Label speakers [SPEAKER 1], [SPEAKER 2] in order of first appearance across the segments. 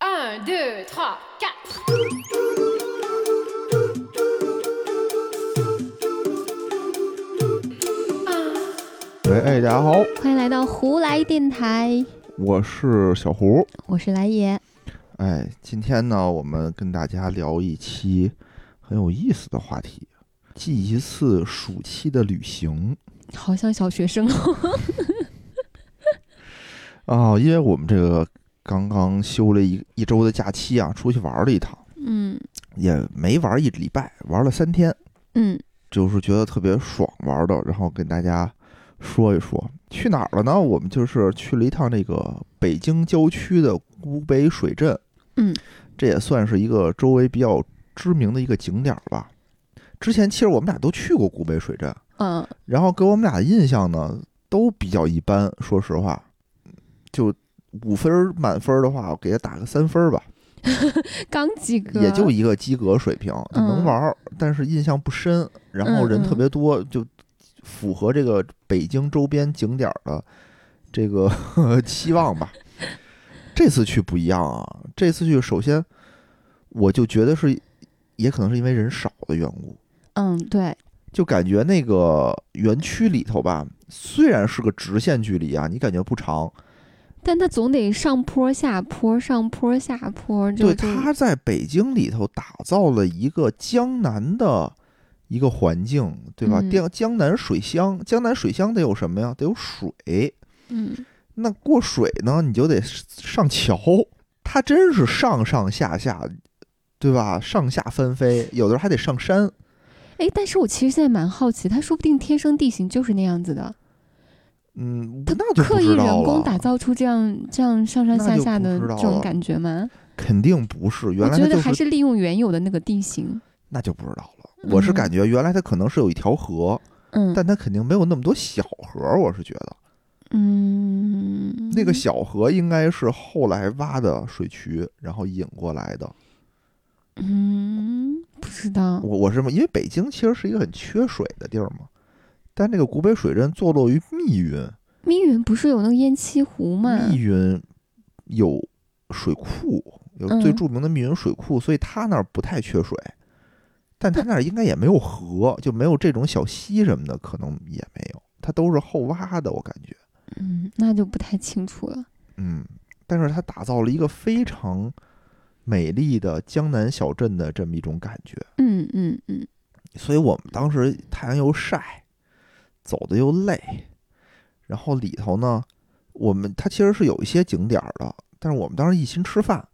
[SPEAKER 1] 1, 2, 3, 4.
[SPEAKER 2] 喂，哎，大家好，
[SPEAKER 3] 欢迎来到胡来电台，
[SPEAKER 2] 我是小胡。
[SPEAKER 3] 我是来也。
[SPEAKER 2] 哎，今天呢，我们跟大家聊一期很有意思的话题，记一次暑期的旅行
[SPEAKER 3] 好像小学生，哦
[SPEAKER 2] 啊、因为我们这个刚刚休了一一周的假期啊，出去玩了一趟，
[SPEAKER 3] 嗯
[SPEAKER 2] 也没玩一礼拜，玩了三天，
[SPEAKER 3] 嗯，
[SPEAKER 2] 就是觉得特别爽玩的，然后跟大家说一说去哪儿了呢？我们就是去了一趟这个北京郊区的古北水镇，
[SPEAKER 3] 嗯，
[SPEAKER 2] 这也算是一个周围比较知名的一个景点儿吧。之前其实我们俩都去过古北水镇，
[SPEAKER 3] 呃，
[SPEAKER 2] 然后给我们俩印象呢都比较一般，说实话，就五分儿满分儿的话，我给他打个三分儿吧，
[SPEAKER 3] 刚几个，
[SPEAKER 2] 也就一个及格水平，就能
[SPEAKER 3] 嗯
[SPEAKER 2] 玩儿，但是印象不深，然后人
[SPEAKER 3] 嗯嗯
[SPEAKER 2] 特别多，就符合这个北京周边景点儿的这个 期望吧。这次去不一样啊，这次去首先我就觉得是，也可能是因为人少的缘故，
[SPEAKER 3] 嗯，对，
[SPEAKER 2] 就感觉那个园区里头吧，虽然是个直线距离啊，你感觉不长，
[SPEAKER 3] 但他总得上坡下坡，上坡下坡，
[SPEAKER 2] 对，
[SPEAKER 3] 就就
[SPEAKER 2] 它在北京里头打造了一个江南的一个环境，对吧？
[SPEAKER 3] 嗯
[SPEAKER 2] 江、江南水乡，江南水乡得有什么呀？得有水。
[SPEAKER 3] 嗯
[SPEAKER 2] 那过水呢，你就得上桥。它真是上上下下，对吧？上下翻飞，有的时候还得上山。
[SPEAKER 3] 哎，但是我其实现在蛮好奇，他说不定天生地形就是那样子的，
[SPEAKER 2] 嗯，
[SPEAKER 3] 他
[SPEAKER 2] 那就不
[SPEAKER 3] 刻意
[SPEAKER 2] 知道
[SPEAKER 3] 人工打
[SPEAKER 2] 了，
[SPEAKER 3] 造出这样这样上上
[SPEAKER 2] 那
[SPEAKER 3] 下
[SPEAKER 2] 就
[SPEAKER 3] 下
[SPEAKER 2] 不
[SPEAKER 3] 的
[SPEAKER 2] 知道
[SPEAKER 3] 这种
[SPEAKER 2] 了
[SPEAKER 3] 感觉吗？
[SPEAKER 2] 肯定不是。原
[SPEAKER 3] 我
[SPEAKER 2] 来
[SPEAKER 3] 觉
[SPEAKER 2] 它
[SPEAKER 3] 得
[SPEAKER 2] 就
[SPEAKER 3] 还是利用原有的那个地形，
[SPEAKER 2] 那就不知道了。我是
[SPEAKER 3] 嗯
[SPEAKER 2] 感觉原来它可能是有一条河，
[SPEAKER 3] 嗯
[SPEAKER 2] 但它肯定没有那么多小河。我是觉得。
[SPEAKER 3] 嗯，
[SPEAKER 2] 那个小河应该是后来挖的水渠，然后引过来的。
[SPEAKER 3] 嗯，不知道，
[SPEAKER 2] 我我是这么，因为北京其实是一个很缺水的地儿嘛，但这个古北水镇坐落于密云，
[SPEAKER 3] 密云不是有那个滇西湖吗？
[SPEAKER 2] 密云有水库，有
[SPEAKER 3] 嗯
[SPEAKER 2] 最著名的密云水库，所以它那儿不太缺水，但它那儿应该也没有河，就没有这种小溪什么的，可能也没有，它都是后挖的，我感觉。
[SPEAKER 3] 嗯，那就不太清楚了。
[SPEAKER 2] 嗯，但是它打造了一个非常美丽的江南小镇的这么一种感觉，
[SPEAKER 3] 嗯嗯嗯，
[SPEAKER 2] 所以我们当时太阳又晒，走的又累，然后里头呢，我们它其实是有一些景点儿的，但是我们当时一心吃饭，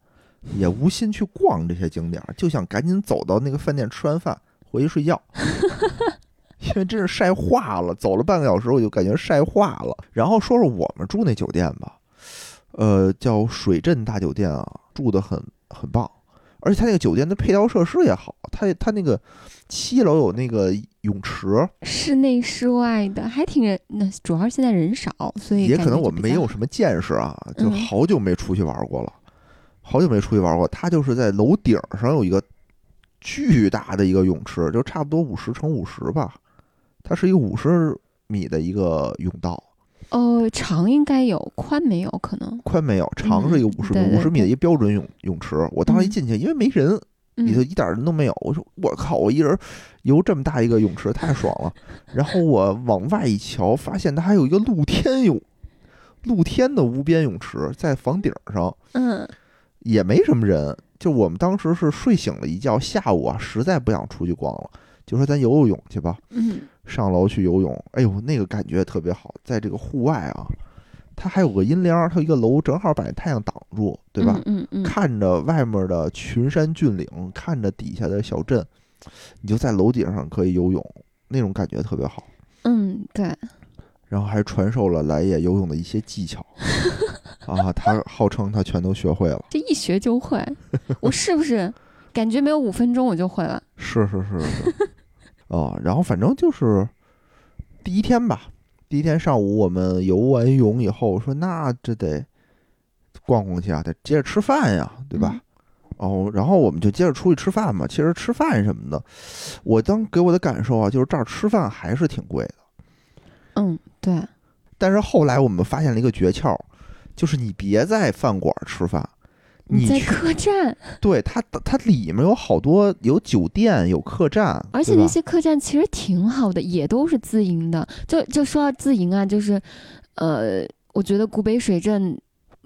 [SPEAKER 2] 也无心去逛这些景点儿，就想赶紧走到那个饭店吃完饭回去睡觉。因为真是晒化了，走了半个小时我就感觉晒化了。然后说说我们住那酒店吧，呃，叫水镇大酒店啊，住的很很棒，而且它那个酒店的配套设施也好，它它那个七楼有那个泳池，
[SPEAKER 3] 室内室外的还挺人，那主要是现在人少，所以
[SPEAKER 2] 也
[SPEAKER 3] 感
[SPEAKER 2] 可能
[SPEAKER 3] 觉
[SPEAKER 2] 我
[SPEAKER 3] 就比
[SPEAKER 2] 没
[SPEAKER 3] 较
[SPEAKER 2] 有什么见识啊，就
[SPEAKER 3] 嗯
[SPEAKER 2] 好久没出去玩过了，好久没出去玩过。它就是在楼顶上有一个巨大的一个泳池，就差不多五十乘五十吧，它是一个五十米的一个泳道，
[SPEAKER 3] 哦，长应该有，宽没有可能。
[SPEAKER 2] 宽没有，长是一个五十
[SPEAKER 3] 嗯对
[SPEAKER 2] 米，
[SPEAKER 3] 对
[SPEAKER 2] 五十米的一个标准泳泳池。我当时一
[SPEAKER 3] 嗯
[SPEAKER 2] 进去，因为没人，里头
[SPEAKER 3] 嗯
[SPEAKER 2] 一点人都没有。我说我靠，我一人游这么大一个泳池，太爽了。然后我往外一瞧，发现它还有一个露天泳，露天的无边泳池在房顶上，
[SPEAKER 3] 嗯
[SPEAKER 2] 也没什么人。就我们当时是睡醒了一觉，下午啊实在不想出去逛了，就说咱游游泳去吧。
[SPEAKER 3] 嗯
[SPEAKER 2] 上楼去游泳，哎呦，那个感觉特别好，在这个户外啊，它还有个阴凉，它有一个楼正好把太阳挡住，对吧？
[SPEAKER 3] 嗯嗯嗯
[SPEAKER 2] 看着外面的群山峻岭，看着底下的小镇，你就在楼顶上可以游泳，那种感觉特别好。
[SPEAKER 3] 嗯，对，
[SPEAKER 2] 然后还传授了来也游泳的一些技巧，啊，他号称他全都学会了。
[SPEAKER 3] 这一学 就会，我是不是感觉没有五分钟我就会了？
[SPEAKER 2] 是是是是， 啊，然后反正就是第一天吧，第一天上午我们游完泳以后，说那这得逛逛去啊，得接着吃饭呀，对吧？
[SPEAKER 3] 嗯
[SPEAKER 2] 哦，然后我们就接着出去吃饭嘛。其实吃饭什么的，我当给我的感受啊，就是这儿吃饭还是挺贵的。
[SPEAKER 3] 嗯，对，
[SPEAKER 2] 但是后来我们发现了一个诀窍，就是你别在饭馆吃饭，你
[SPEAKER 3] 在
[SPEAKER 2] 去
[SPEAKER 3] 客栈，
[SPEAKER 2] 对它它里面有好多有酒店有客栈，
[SPEAKER 3] 而且
[SPEAKER 2] 对吧
[SPEAKER 3] 那些客栈其实挺好的，也都是自营的。就就说到自营啊，就是，呃，我觉得古北水镇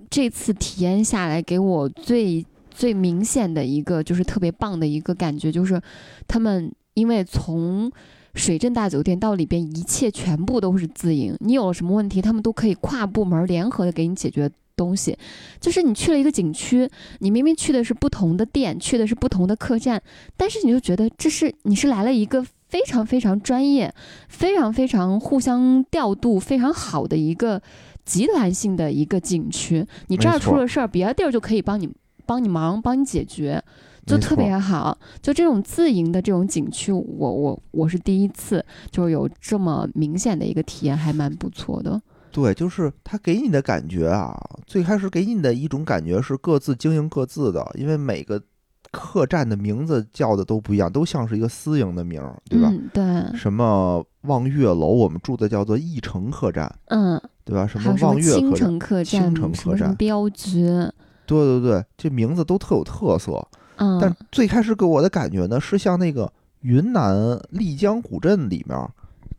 [SPEAKER 3] 这次体验下来，给我最最明显的一个就是特别棒的一个感觉，就是他们因为从水镇大酒店到里边一切全部都是自营，你有了什么问题，他们都可以跨部门联合的给你解决。东西，就是你去了一个景区，你明明去的是不同的店，去的是不同的客栈，但是你就觉得这是你是来了一个非常非常专业、非常非常互相调度非常好的一个集团性的一个景区，你这
[SPEAKER 2] 没
[SPEAKER 3] 儿
[SPEAKER 2] 错
[SPEAKER 3] 出了事儿，别的地儿就可以帮你帮你忙、帮你解决，就
[SPEAKER 2] 没
[SPEAKER 3] 特
[SPEAKER 2] 错
[SPEAKER 3] 别好。就这种自营的这种景区，我我我是第一次，就是有这么明显的一个体验，还蛮不错的。
[SPEAKER 2] 对，就是它给你的感觉啊，最开始给你的一种感觉是各自经营各自的，因为每个客栈的名字叫的都不一样，都像是一个私营的名儿，对吧？
[SPEAKER 3] 嗯，对，
[SPEAKER 2] 什么望月楼，我们住的叫做逸城客栈，
[SPEAKER 3] 嗯，
[SPEAKER 2] 对吧？什
[SPEAKER 3] 还
[SPEAKER 2] 么
[SPEAKER 3] 有什
[SPEAKER 2] 望
[SPEAKER 3] 么
[SPEAKER 2] 月
[SPEAKER 3] 青
[SPEAKER 2] 客栈，
[SPEAKER 3] 城客
[SPEAKER 2] 青
[SPEAKER 3] 栈，
[SPEAKER 2] 城
[SPEAKER 3] 什
[SPEAKER 2] 客
[SPEAKER 3] 么什么
[SPEAKER 2] 栈
[SPEAKER 3] 镖局，
[SPEAKER 2] 对对对，这名字都特有特色。
[SPEAKER 3] 嗯，
[SPEAKER 2] 但最开始给我的感觉呢，是像那个云南丽江古镇里面，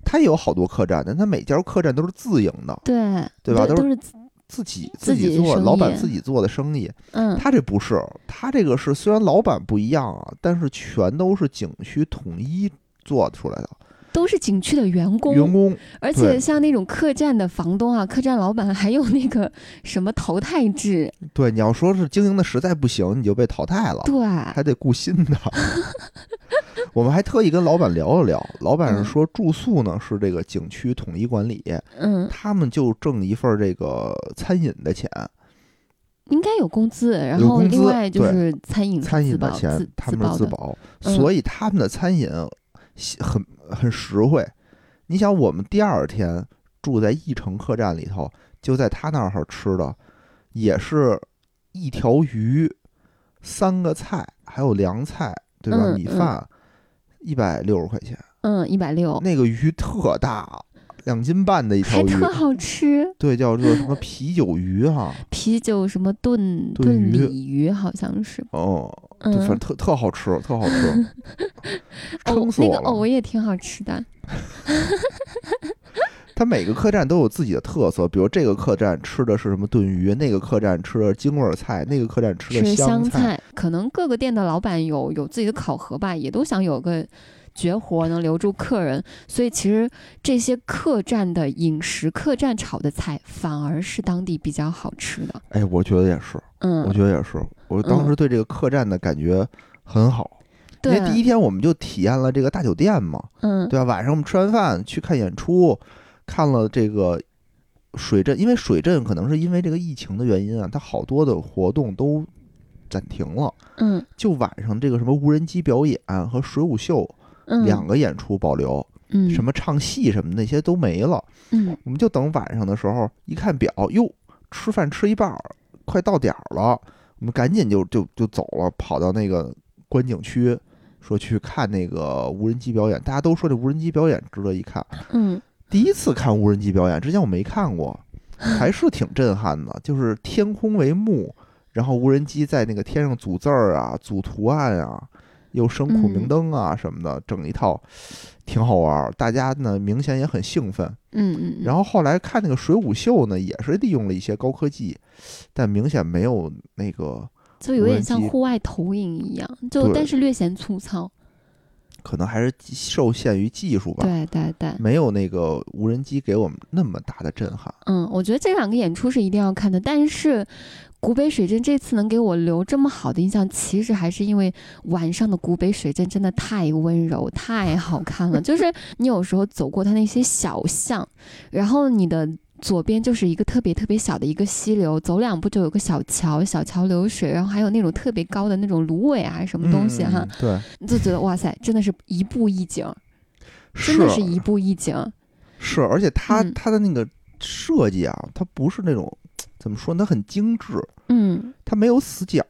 [SPEAKER 2] 它也有好多客栈，但它每家客栈都是自营的，
[SPEAKER 3] 对
[SPEAKER 2] 对吧
[SPEAKER 3] 都
[SPEAKER 2] 都是
[SPEAKER 3] 是
[SPEAKER 2] 自己
[SPEAKER 3] 自己
[SPEAKER 2] 己做，
[SPEAKER 3] 生
[SPEAKER 2] 老
[SPEAKER 3] 意
[SPEAKER 2] 板自己做的生意。
[SPEAKER 3] 嗯，
[SPEAKER 2] 他这不是，他这个是虽然老板不一样啊，但是全都是景区统一做出来的
[SPEAKER 3] 都是景区的员工，
[SPEAKER 2] 员工。
[SPEAKER 3] 而
[SPEAKER 2] 对
[SPEAKER 3] 且像那种客栈的房东啊、客栈老板，还有那个什么淘汰制，
[SPEAKER 2] 对，你要说是经营的实在不行，你就被淘汰了，
[SPEAKER 3] 对，
[SPEAKER 2] 还得雇新 的。我们还特意跟老板聊了聊，老板是
[SPEAKER 3] 嗯
[SPEAKER 2] 说住宿呢是这个景区统一管理，
[SPEAKER 3] 嗯，
[SPEAKER 2] 他们就挣一份儿这个餐饮的钱，
[SPEAKER 3] 应该有工资，然
[SPEAKER 2] 有
[SPEAKER 3] 后
[SPEAKER 2] 工资
[SPEAKER 3] 另外就是餐饮是
[SPEAKER 2] 餐饮
[SPEAKER 3] 嗯自
[SPEAKER 2] 的
[SPEAKER 3] 保
[SPEAKER 2] 钱
[SPEAKER 3] 自
[SPEAKER 2] 他
[SPEAKER 3] 自
[SPEAKER 2] 们是
[SPEAKER 3] 保
[SPEAKER 2] 自
[SPEAKER 3] 的，
[SPEAKER 2] 保，
[SPEAKER 3] 嗯
[SPEAKER 2] 所以他们的餐饮很很实惠。你想，我们第二天住在一城客栈里头，就在他那儿吃的，也是一条鱼、三个菜，还有凉菜，对吧？
[SPEAKER 3] 嗯
[SPEAKER 2] 米
[SPEAKER 3] 嗯
[SPEAKER 2] 饭，一百六十块钱，
[SPEAKER 3] 嗯，一百六，
[SPEAKER 2] 那个鱼特大，两斤半的一条
[SPEAKER 3] 还
[SPEAKER 2] 鱼，
[SPEAKER 3] 特好吃，
[SPEAKER 2] 对，叫做什么啤酒鱼啊，
[SPEAKER 3] 啤酒什么炖
[SPEAKER 2] 炖
[SPEAKER 3] 炖
[SPEAKER 2] 鱼
[SPEAKER 3] 鲤鱼好像是，
[SPEAKER 2] 哦，就反正
[SPEAKER 3] 嗯，
[SPEAKER 2] 特特好吃，特好 吃，撑
[SPEAKER 3] 藕
[SPEAKER 2] 死
[SPEAKER 3] 嗯哦那
[SPEAKER 2] 我
[SPEAKER 3] 个
[SPEAKER 2] 了。
[SPEAKER 3] 藕也挺好吃的，
[SPEAKER 2] 它每个客栈都有自己的特色，比如这个客栈吃的是什么炖鱼，那个客栈吃的京味儿菜，那个客栈吃的
[SPEAKER 3] 吃
[SPEAKER 2] 香
[SPEAKER 3] 菜，可能各个店的老板有有自己的考核吧，也都想有个绝活能留住客人，所以其实这些客栈的饮食、客栈炒的菜反而是当地比较好吃的。
[SPEAKER 2] 哎，我觉得也是，我
[SPEAKER 3] 嗯，
[SPEAKER 2] 觉得也是。我当时对这个客栈的感觉很好，因为第一
[SPEAKER 3] 对，
[SPEAKER 2] 天我们就体验了这个大酒店嘛，
[SPEAKER 3] 嗯，
[SPEAKER 2] 对吧？晚上我们吃完饭去看演出，看了这个水镇，因为水镇可能是因为这个疫情的原因啊，它好多的活动都暂停了，
[SPEAKER 3] 嗯
[SPEAKER 2] 就晚上这个什么无人机表演和水舞秀
[SPEAKER 3] 嗯，
[SPEAKER 2] 两个演出保留。
[SPEAKER 3] 嗯
[SPEAKER 2] 什么唱戏什么那些都没了，
[SPEAKER 3] 嗯
[SPEAKER 2] 我们就等晚上的时候一看表，哟，吃饭吃一半儿，快到点儿了，我们赶紧就就就走了，跑到那个观景区，说去看那个无人机表演。大家都说这无人机表演值得一看，
[SPEAKER 3] 嗯
[SPEAKER 2] 第一次看无人机表演，之前我没看 过，还是挺震撼的，就是天空为幕，然后无人机在那个天上组字儿啊、组图案啊，又升苦明灯啊什么
[SPEAKER 3] 嗯
[SPEAKER 2] 的，整一套挺好玩儿。大家呢明显也很兴奋。
[SPEAKER 3] 嗯嗯，
[SPEAKER 2] 然后后来看那个水舞秀呢，也是利用了一些高科技，但明显没有那个
[SPEAKER 3] 嗯就有
[SPEAKER 2] 无
[SPEAKER 3] 点
[SPEAKER 2] 人
[SPEAKER 3] 像
[SPEAKER 2] 机
[SPEAKER 3] 户外投影一样，就
[SPEAKER 2] 对
[SPEAKER 3] 但是略显粗糙。
[SPEAKER 2] 可能还是受限于技术吧，
[SPEAKER 3] 对对对，
[SPEAKER 2] 没有那个无人机给我们那么大的震撼。
[SPEAKER 3] 嗯，我觉得这两个演出是一定要看的，但是古北水镇这次能给我留这么好的印象，其实还是因为晚上的古北水镇真的太温柔、太好看 了。就是你有时候走过它那些小巷，然后你的左边就是一个特别特别小的一个溪流，走两步就有个小桥，小桥流水，然后还有那种特别高的那种芦苇啊什么东西哈
[SPEAKER 2] 嗯，，对，
[SPEAKER 3] 你就觉得哇塞，真的是一步一景，真
[SPEAKER 2] 是啊
[SPEAKER 3] 的是一步一景。
[SPEAKER 2] 是，而且它
[SPEAKER 3] 嗯
[SPEAKER 2] 它的那个设计啊，它不是那种怎么说呢，它很精致，
[SPEAKER 3] 嗯，
[SPEAKER 2] 它没有死角。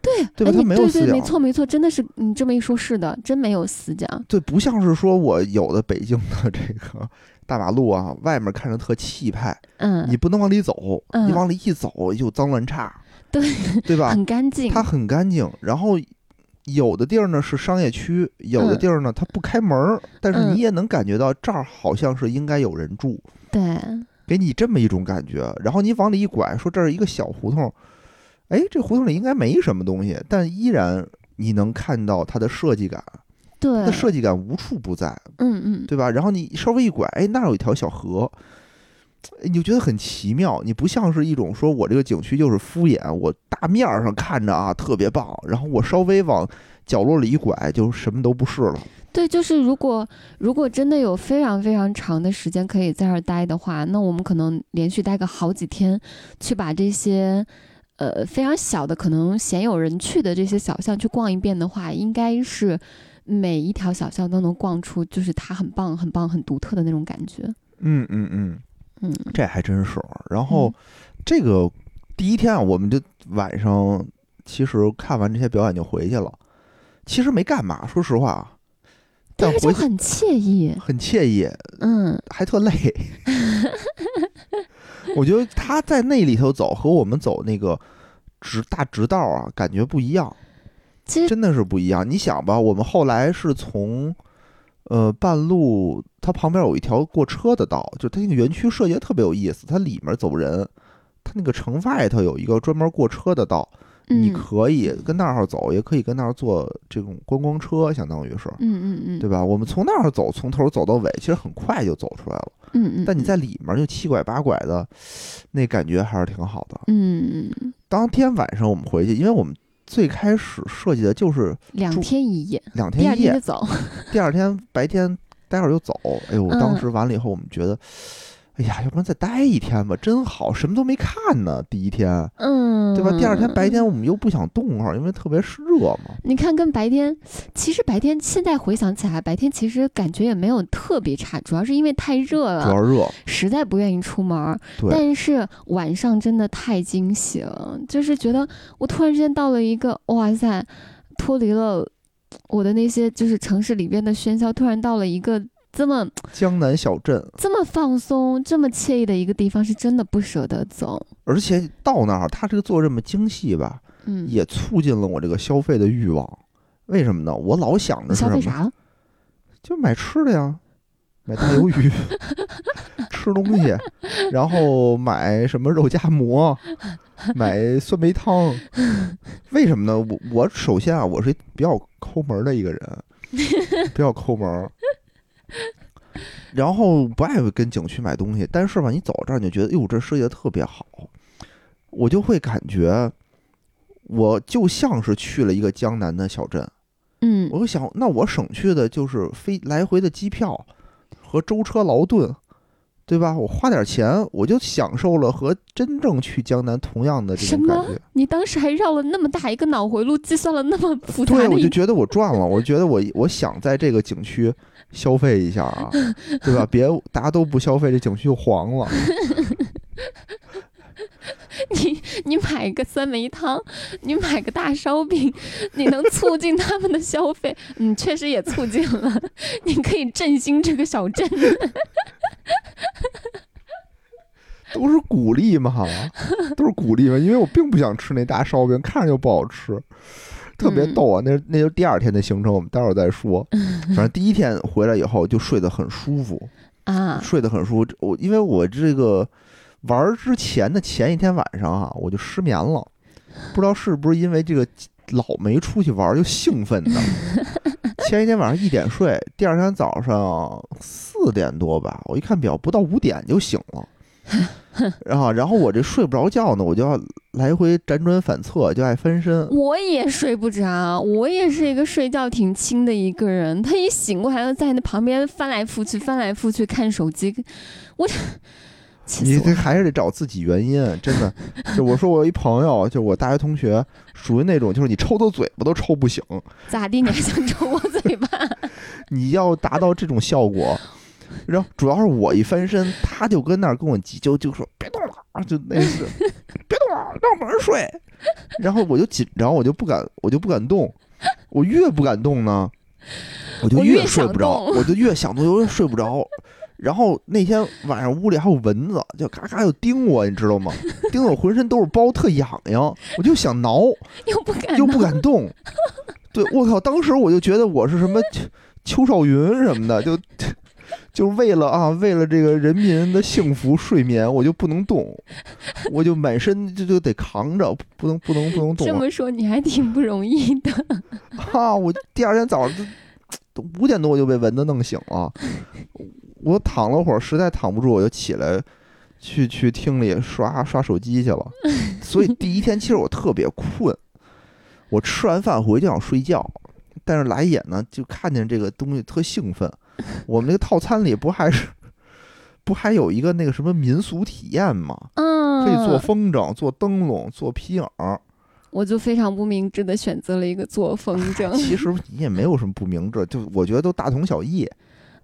[SPEAKER 3] 对，
[SPEAKER 2] 对吧
[SPEAKER 3] 哎
[SPEAKER 2] 它
[SPEAKER 3] 你
[SPEAKER 2] 没有
[SPEAKER 3] 对
[SPEAKER 2] 死
[SPEAKER 3] 对，没
[SPEAKER 2] 角
[SPEAKER 3] 错没错，真的是你这么一说，是的，真没有死角。
[SPEAKER 2] 对，不像是说我有的北京的这个大马路啊，外面看着特气派，
[SPEAKER 3] 嗯
[SPEAKER 2] 你，不能往里走，你
[SPEAKER 3] 嗯
[SPEAKER 2] 往里一走就脏乱差。对吧？
[SPEAKER 3] 很干净。
[SPEAKER 2] 它很干净。然后有的地儿呢是商业区，有的
[SPEAKER 3] 嗯
[SPEAKER 2] 地儿呢它不开门儿，但是
[SPEAKER 3] 嗯
[SPEAKER 2] 你也能感觉到这儿好像是应该有人住，
[SPEAKER 3] 对，
[SPEAKER 2] 给你这么一种感觉。然后你往里一拐，说这儿一个小胡同，哎，这胡同里应该没什么东西，但依然你能看到它的设计感，它
[SPEAKER 3] 对
[SPEAKER 2] 的，设计感无处不在，
[SPEAKER 3] 嗯嗯，
[SPEAKER 2] 对吧？然后你稍微一拐，哎，那儿有一条小河。哎你就觉得很奇妙，你不像是一种说我这个景区就是敷衍，我大面儿上看着啊特别棒，然后我稍微往角落里一拐就什么都不是了。
[SPEAKER 3] 对，就是如果如果真的有非常非常长的时间可以在这儿待的话，那我们可能连续待个好几天，去把这些呃非常小的可能鲜有人去的这些小巷去逛一遍的话，应该是每一条小巷都能逛出就是它很棒、很棒、很独特的那种感觉。
[SPEAKER 2] 嗯嗯嗯，
[SPEAKER 3] 嗯，
[SPEAKER 2] 这还真是。然后、这个第一天啊，我们就晚上其实看完这些表演就回去了，其实没干嘛，说实话啊，但
[SPEAKER 3] 但是就
[SPEAKER 2] 回去呃
[SPEAKER 3] 很惬意，
[SPEAKER 2] 很惬意，
[SPEAKER 3] 嗯，
[SPEAKER 2] 还特累。我觉得他在那里头走和我们走那个直大直道啊，感觉不一样，
[SPEAKER 3] 其实
[SPEAKER 2] 真的是不一样。你想吧，我们后来是从呃半路，它旁边有一条过车的道，就它那个园区设计得特别有意思，它里面走人，它那个城外头有一个专门过车的道，你
[SPEAKER 3] 嗯
[SPEAKER 2] 可以跟那儿走，也可以跟那儿坐这种观光车，相当于是。
[SPEAKER 3] 嗯嗯嗯，
[SPEAKER 2] 对吧？我们从那儿走，从头走到尾，其实很快就走出来了。
[SPEAKER 3] 嗯嗯，
[SPEAKER 2] 但你在里面就七拐八拐的，那感觉还是挺好的。
[SPEAKER 3] 嗯嗯嗯
[SPEAKER 2] 当天晚上我们回去，因为我们最开始设计的就是
[SPEAKER 3] 两
[SPEAKER 2] 住
[SPEAKER 3] 天一夜，
[SPEAKER 2] 两
[SPEAKER 3] 第
[SPEAKER 2] 天
[SPEAKER 3] 二
[SPEAKER 2] 一
[SPEAKER 3] 天
[SPEAKER 2] 夜
[SPEAKER 3] 就，走，
[SPEAKER 2] 第二天白天待会儿就走。哎呦，
[SPEAKER 3] 嗯
[SPEAKER 2] 当时完了以后，我们觉得，哎呀，要不然再待一天吧，真好，什么都没看呢。第一天，
[SPEAKER 3] 嗯，嗯
[SPEAKER 2] 对吧？第二天白天我们又不想动会儿，因为特别热嘛。
[SPEAKER 3] 你看，跟白天，其实白天现在回想起来，白天其实感觉也没有特别差，主要是因为太热
[SPEAKER 2] 主要
[SPEAKER 3] 了，
[SPEAKER 2] 热，
[SPEAKER 3] 实在不愿意出门儿。
[SPEAKER 2] 对
[SPEAKER 3] 但是晚上真的太惊喜了，就是觉得我突然之间到了一个，哇塞，脱离了我的那些就是城市里边的喧嚣，突然到了一个这么
[SPEAKER 2] 江南小镇，
[SPEAKER 3] 这么放松、这么惬意的一个地方，是真的不舍得走。
[SPEAKER 2] 而且到那儿，他这个做这么精细吧，
[SPEAKER 3] 嗯，
[SPEAKER 2] 也促进了我这个消费的欲望。为什么呢？我老想着
[SPEAKER 3] 你
[SPEAKER 2] 是
[SPEAKER 3] 消费
[SPEAKER 2] 什么，
[SPEAKER 3] 啥了？
[SPEAKER 2] 就买吃的呀，买大鱿鱼， 吃东西，然后买什么肉夹馍，买酸梅汤。为什么呢？我我首先啊，我是比较抠门儿的一个人，比较抠门儿。然后不爱跟景区买东西，但是吧，你走这儿你就觉得，哟，哎这设计的特别好，我就会感觉，我就像是去了一个江南的小镇，
[SPEAKER 3] 嗯
[SPEAKER 2] 我就想，那我省去的就是飞来回的机票和舟车劳顿，对吧？我花点钱，我就享受了和真正去江南同样的这
[SPEAKER 3] 什
[SPEAKER 2] 种
[SPEAKER 3] 么
[SPEAKER 2] 感觉。
[SPEAKER 3] 你当时还绕了那么大一个脑回路，计算了那么复杂
[SPEAKER 2] 对，
[SPEAKER 3] 的
[SPEAKER 2] 我
[SPEAKER 3] 一
[SPEAKER 2] 就觉得我赚了，我觉得我我想在这个景区消费一下 啊，对吧？别大家都不消费，这景区就黄了。
[SPEAKER 3] 你你买个三梅汤，你买个大烧饼，你能促进他们的消费，嗯，确实也促进了， 你可以振兴这个小镇。
[SPEAKER 2] 都是鼓励嘛，都是鼓励嘛，因为我并不想吃那大烧饼，看着就不好吃，特别逗啊。那那就第二天的行程，我们待会儿再说。反正第一天回来以后就睡得很舒服，
[SPEAKER 3] 啊，
[SPEAKER 2] 睡得很舒服。我因为我这个玩儿之前的前一天晚上啊，我就失眠了，不知道是不是因为这个老没出去玩儿就兴奋的。前一天晚上一点睡，第二天早上四点多吧，我一看表，不到五点就醒 了。然后，然后我这睡不着觉呢，我就要来回辗转反侧，就爱翻身。
[SPEAKER 3] 我也睡不着，我也是一个睡觉挺轻的一个人。他一醒过来，要在那旁边翻来覆去，翻来覆去看手机，我 这气
[SPEAKER 2] 你
[SPEAKER 3] 死我
[SPEAKER 2] 这
[SPEAKER 3] 了。
[SPEAKER 2] 还是得找自己原因，真的。就我说我有一朋友，就我大学同学，属于那种就是你抽他嘴巴都抽不醒，
[SPEAKER 3] 咋地？你还想 抽我嘴巴？
[SPEAKER 2] 你要达到这种效 果，然后主要是我一翻身，他就跟那儿跟我急就就说别动了啊，就那 是别动了，让我们睡。然后我就紧张，我就不敢，我就不敢动，我越不敢动呢，我就
[SPEAKER 3] 我越
[SPEAKER 2] 睡
[SPEAKER 3] 想
[SPEAKER 2] 不着，
[SPEAKER 3] 动
[SPEAKER 2] 我就越想动，就越睡不着。然后那天晚上屋里还有蚊子，就嘎嘎就叮我，你知道吗？叮得我浑身都是包，特痒痒，我就想挠，
[SPEAKER 3] 又不敢
[SPEAKER 2] 又
[SPEAKER 3] 弄，
[SPEAKER 2] 不敢 动。对我靠，当时我就觉得我是什么邱邱少云什么的，就就是为了啊，为了这个人民的幸福睡眠，我就不能动，我就满身就就得扛着，不能不能不能动啊
[SPEAKER 3] 这
[SPEAKER 2] 了
[SPEAKER 3] 么说你还挺不容易的。
[SPEAKER 2] 啊！我第二天早上都都五点多我就被蚊子弄醒了，我躺了会儿，实在躺不住，我就起来去去厅里刷刷手机去了。所以第一天其实我特别困，我吃完饭回去想睡觉，但是来也呢就看见这个东西特兴奋。我们那个套餐里不还是不还有一个那个什么民俗体验吗？
[SPEAKER 3] 嗯，
[SPEAKER 2] 可以做风筝、做灯笼、做皮影儿。
[SPEAKER 3] 我就非常不明智的选择了一个做风筝。
[SPEAKER 2] 啊其实你也没有什么不明智，就我觉得都大同小异。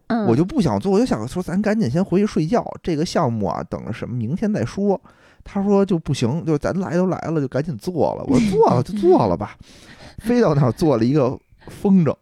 [SPEAKER 3] 嗯，
[SPEAKER 2] 我就不想做，我就想说咱赶紧先回去睡觉。这个项目啊，等着什么明天再说。他说就不行，就咱来都来了，就赶紧做了。我说做了就做了 吧，飞到那儿做了一个风筝。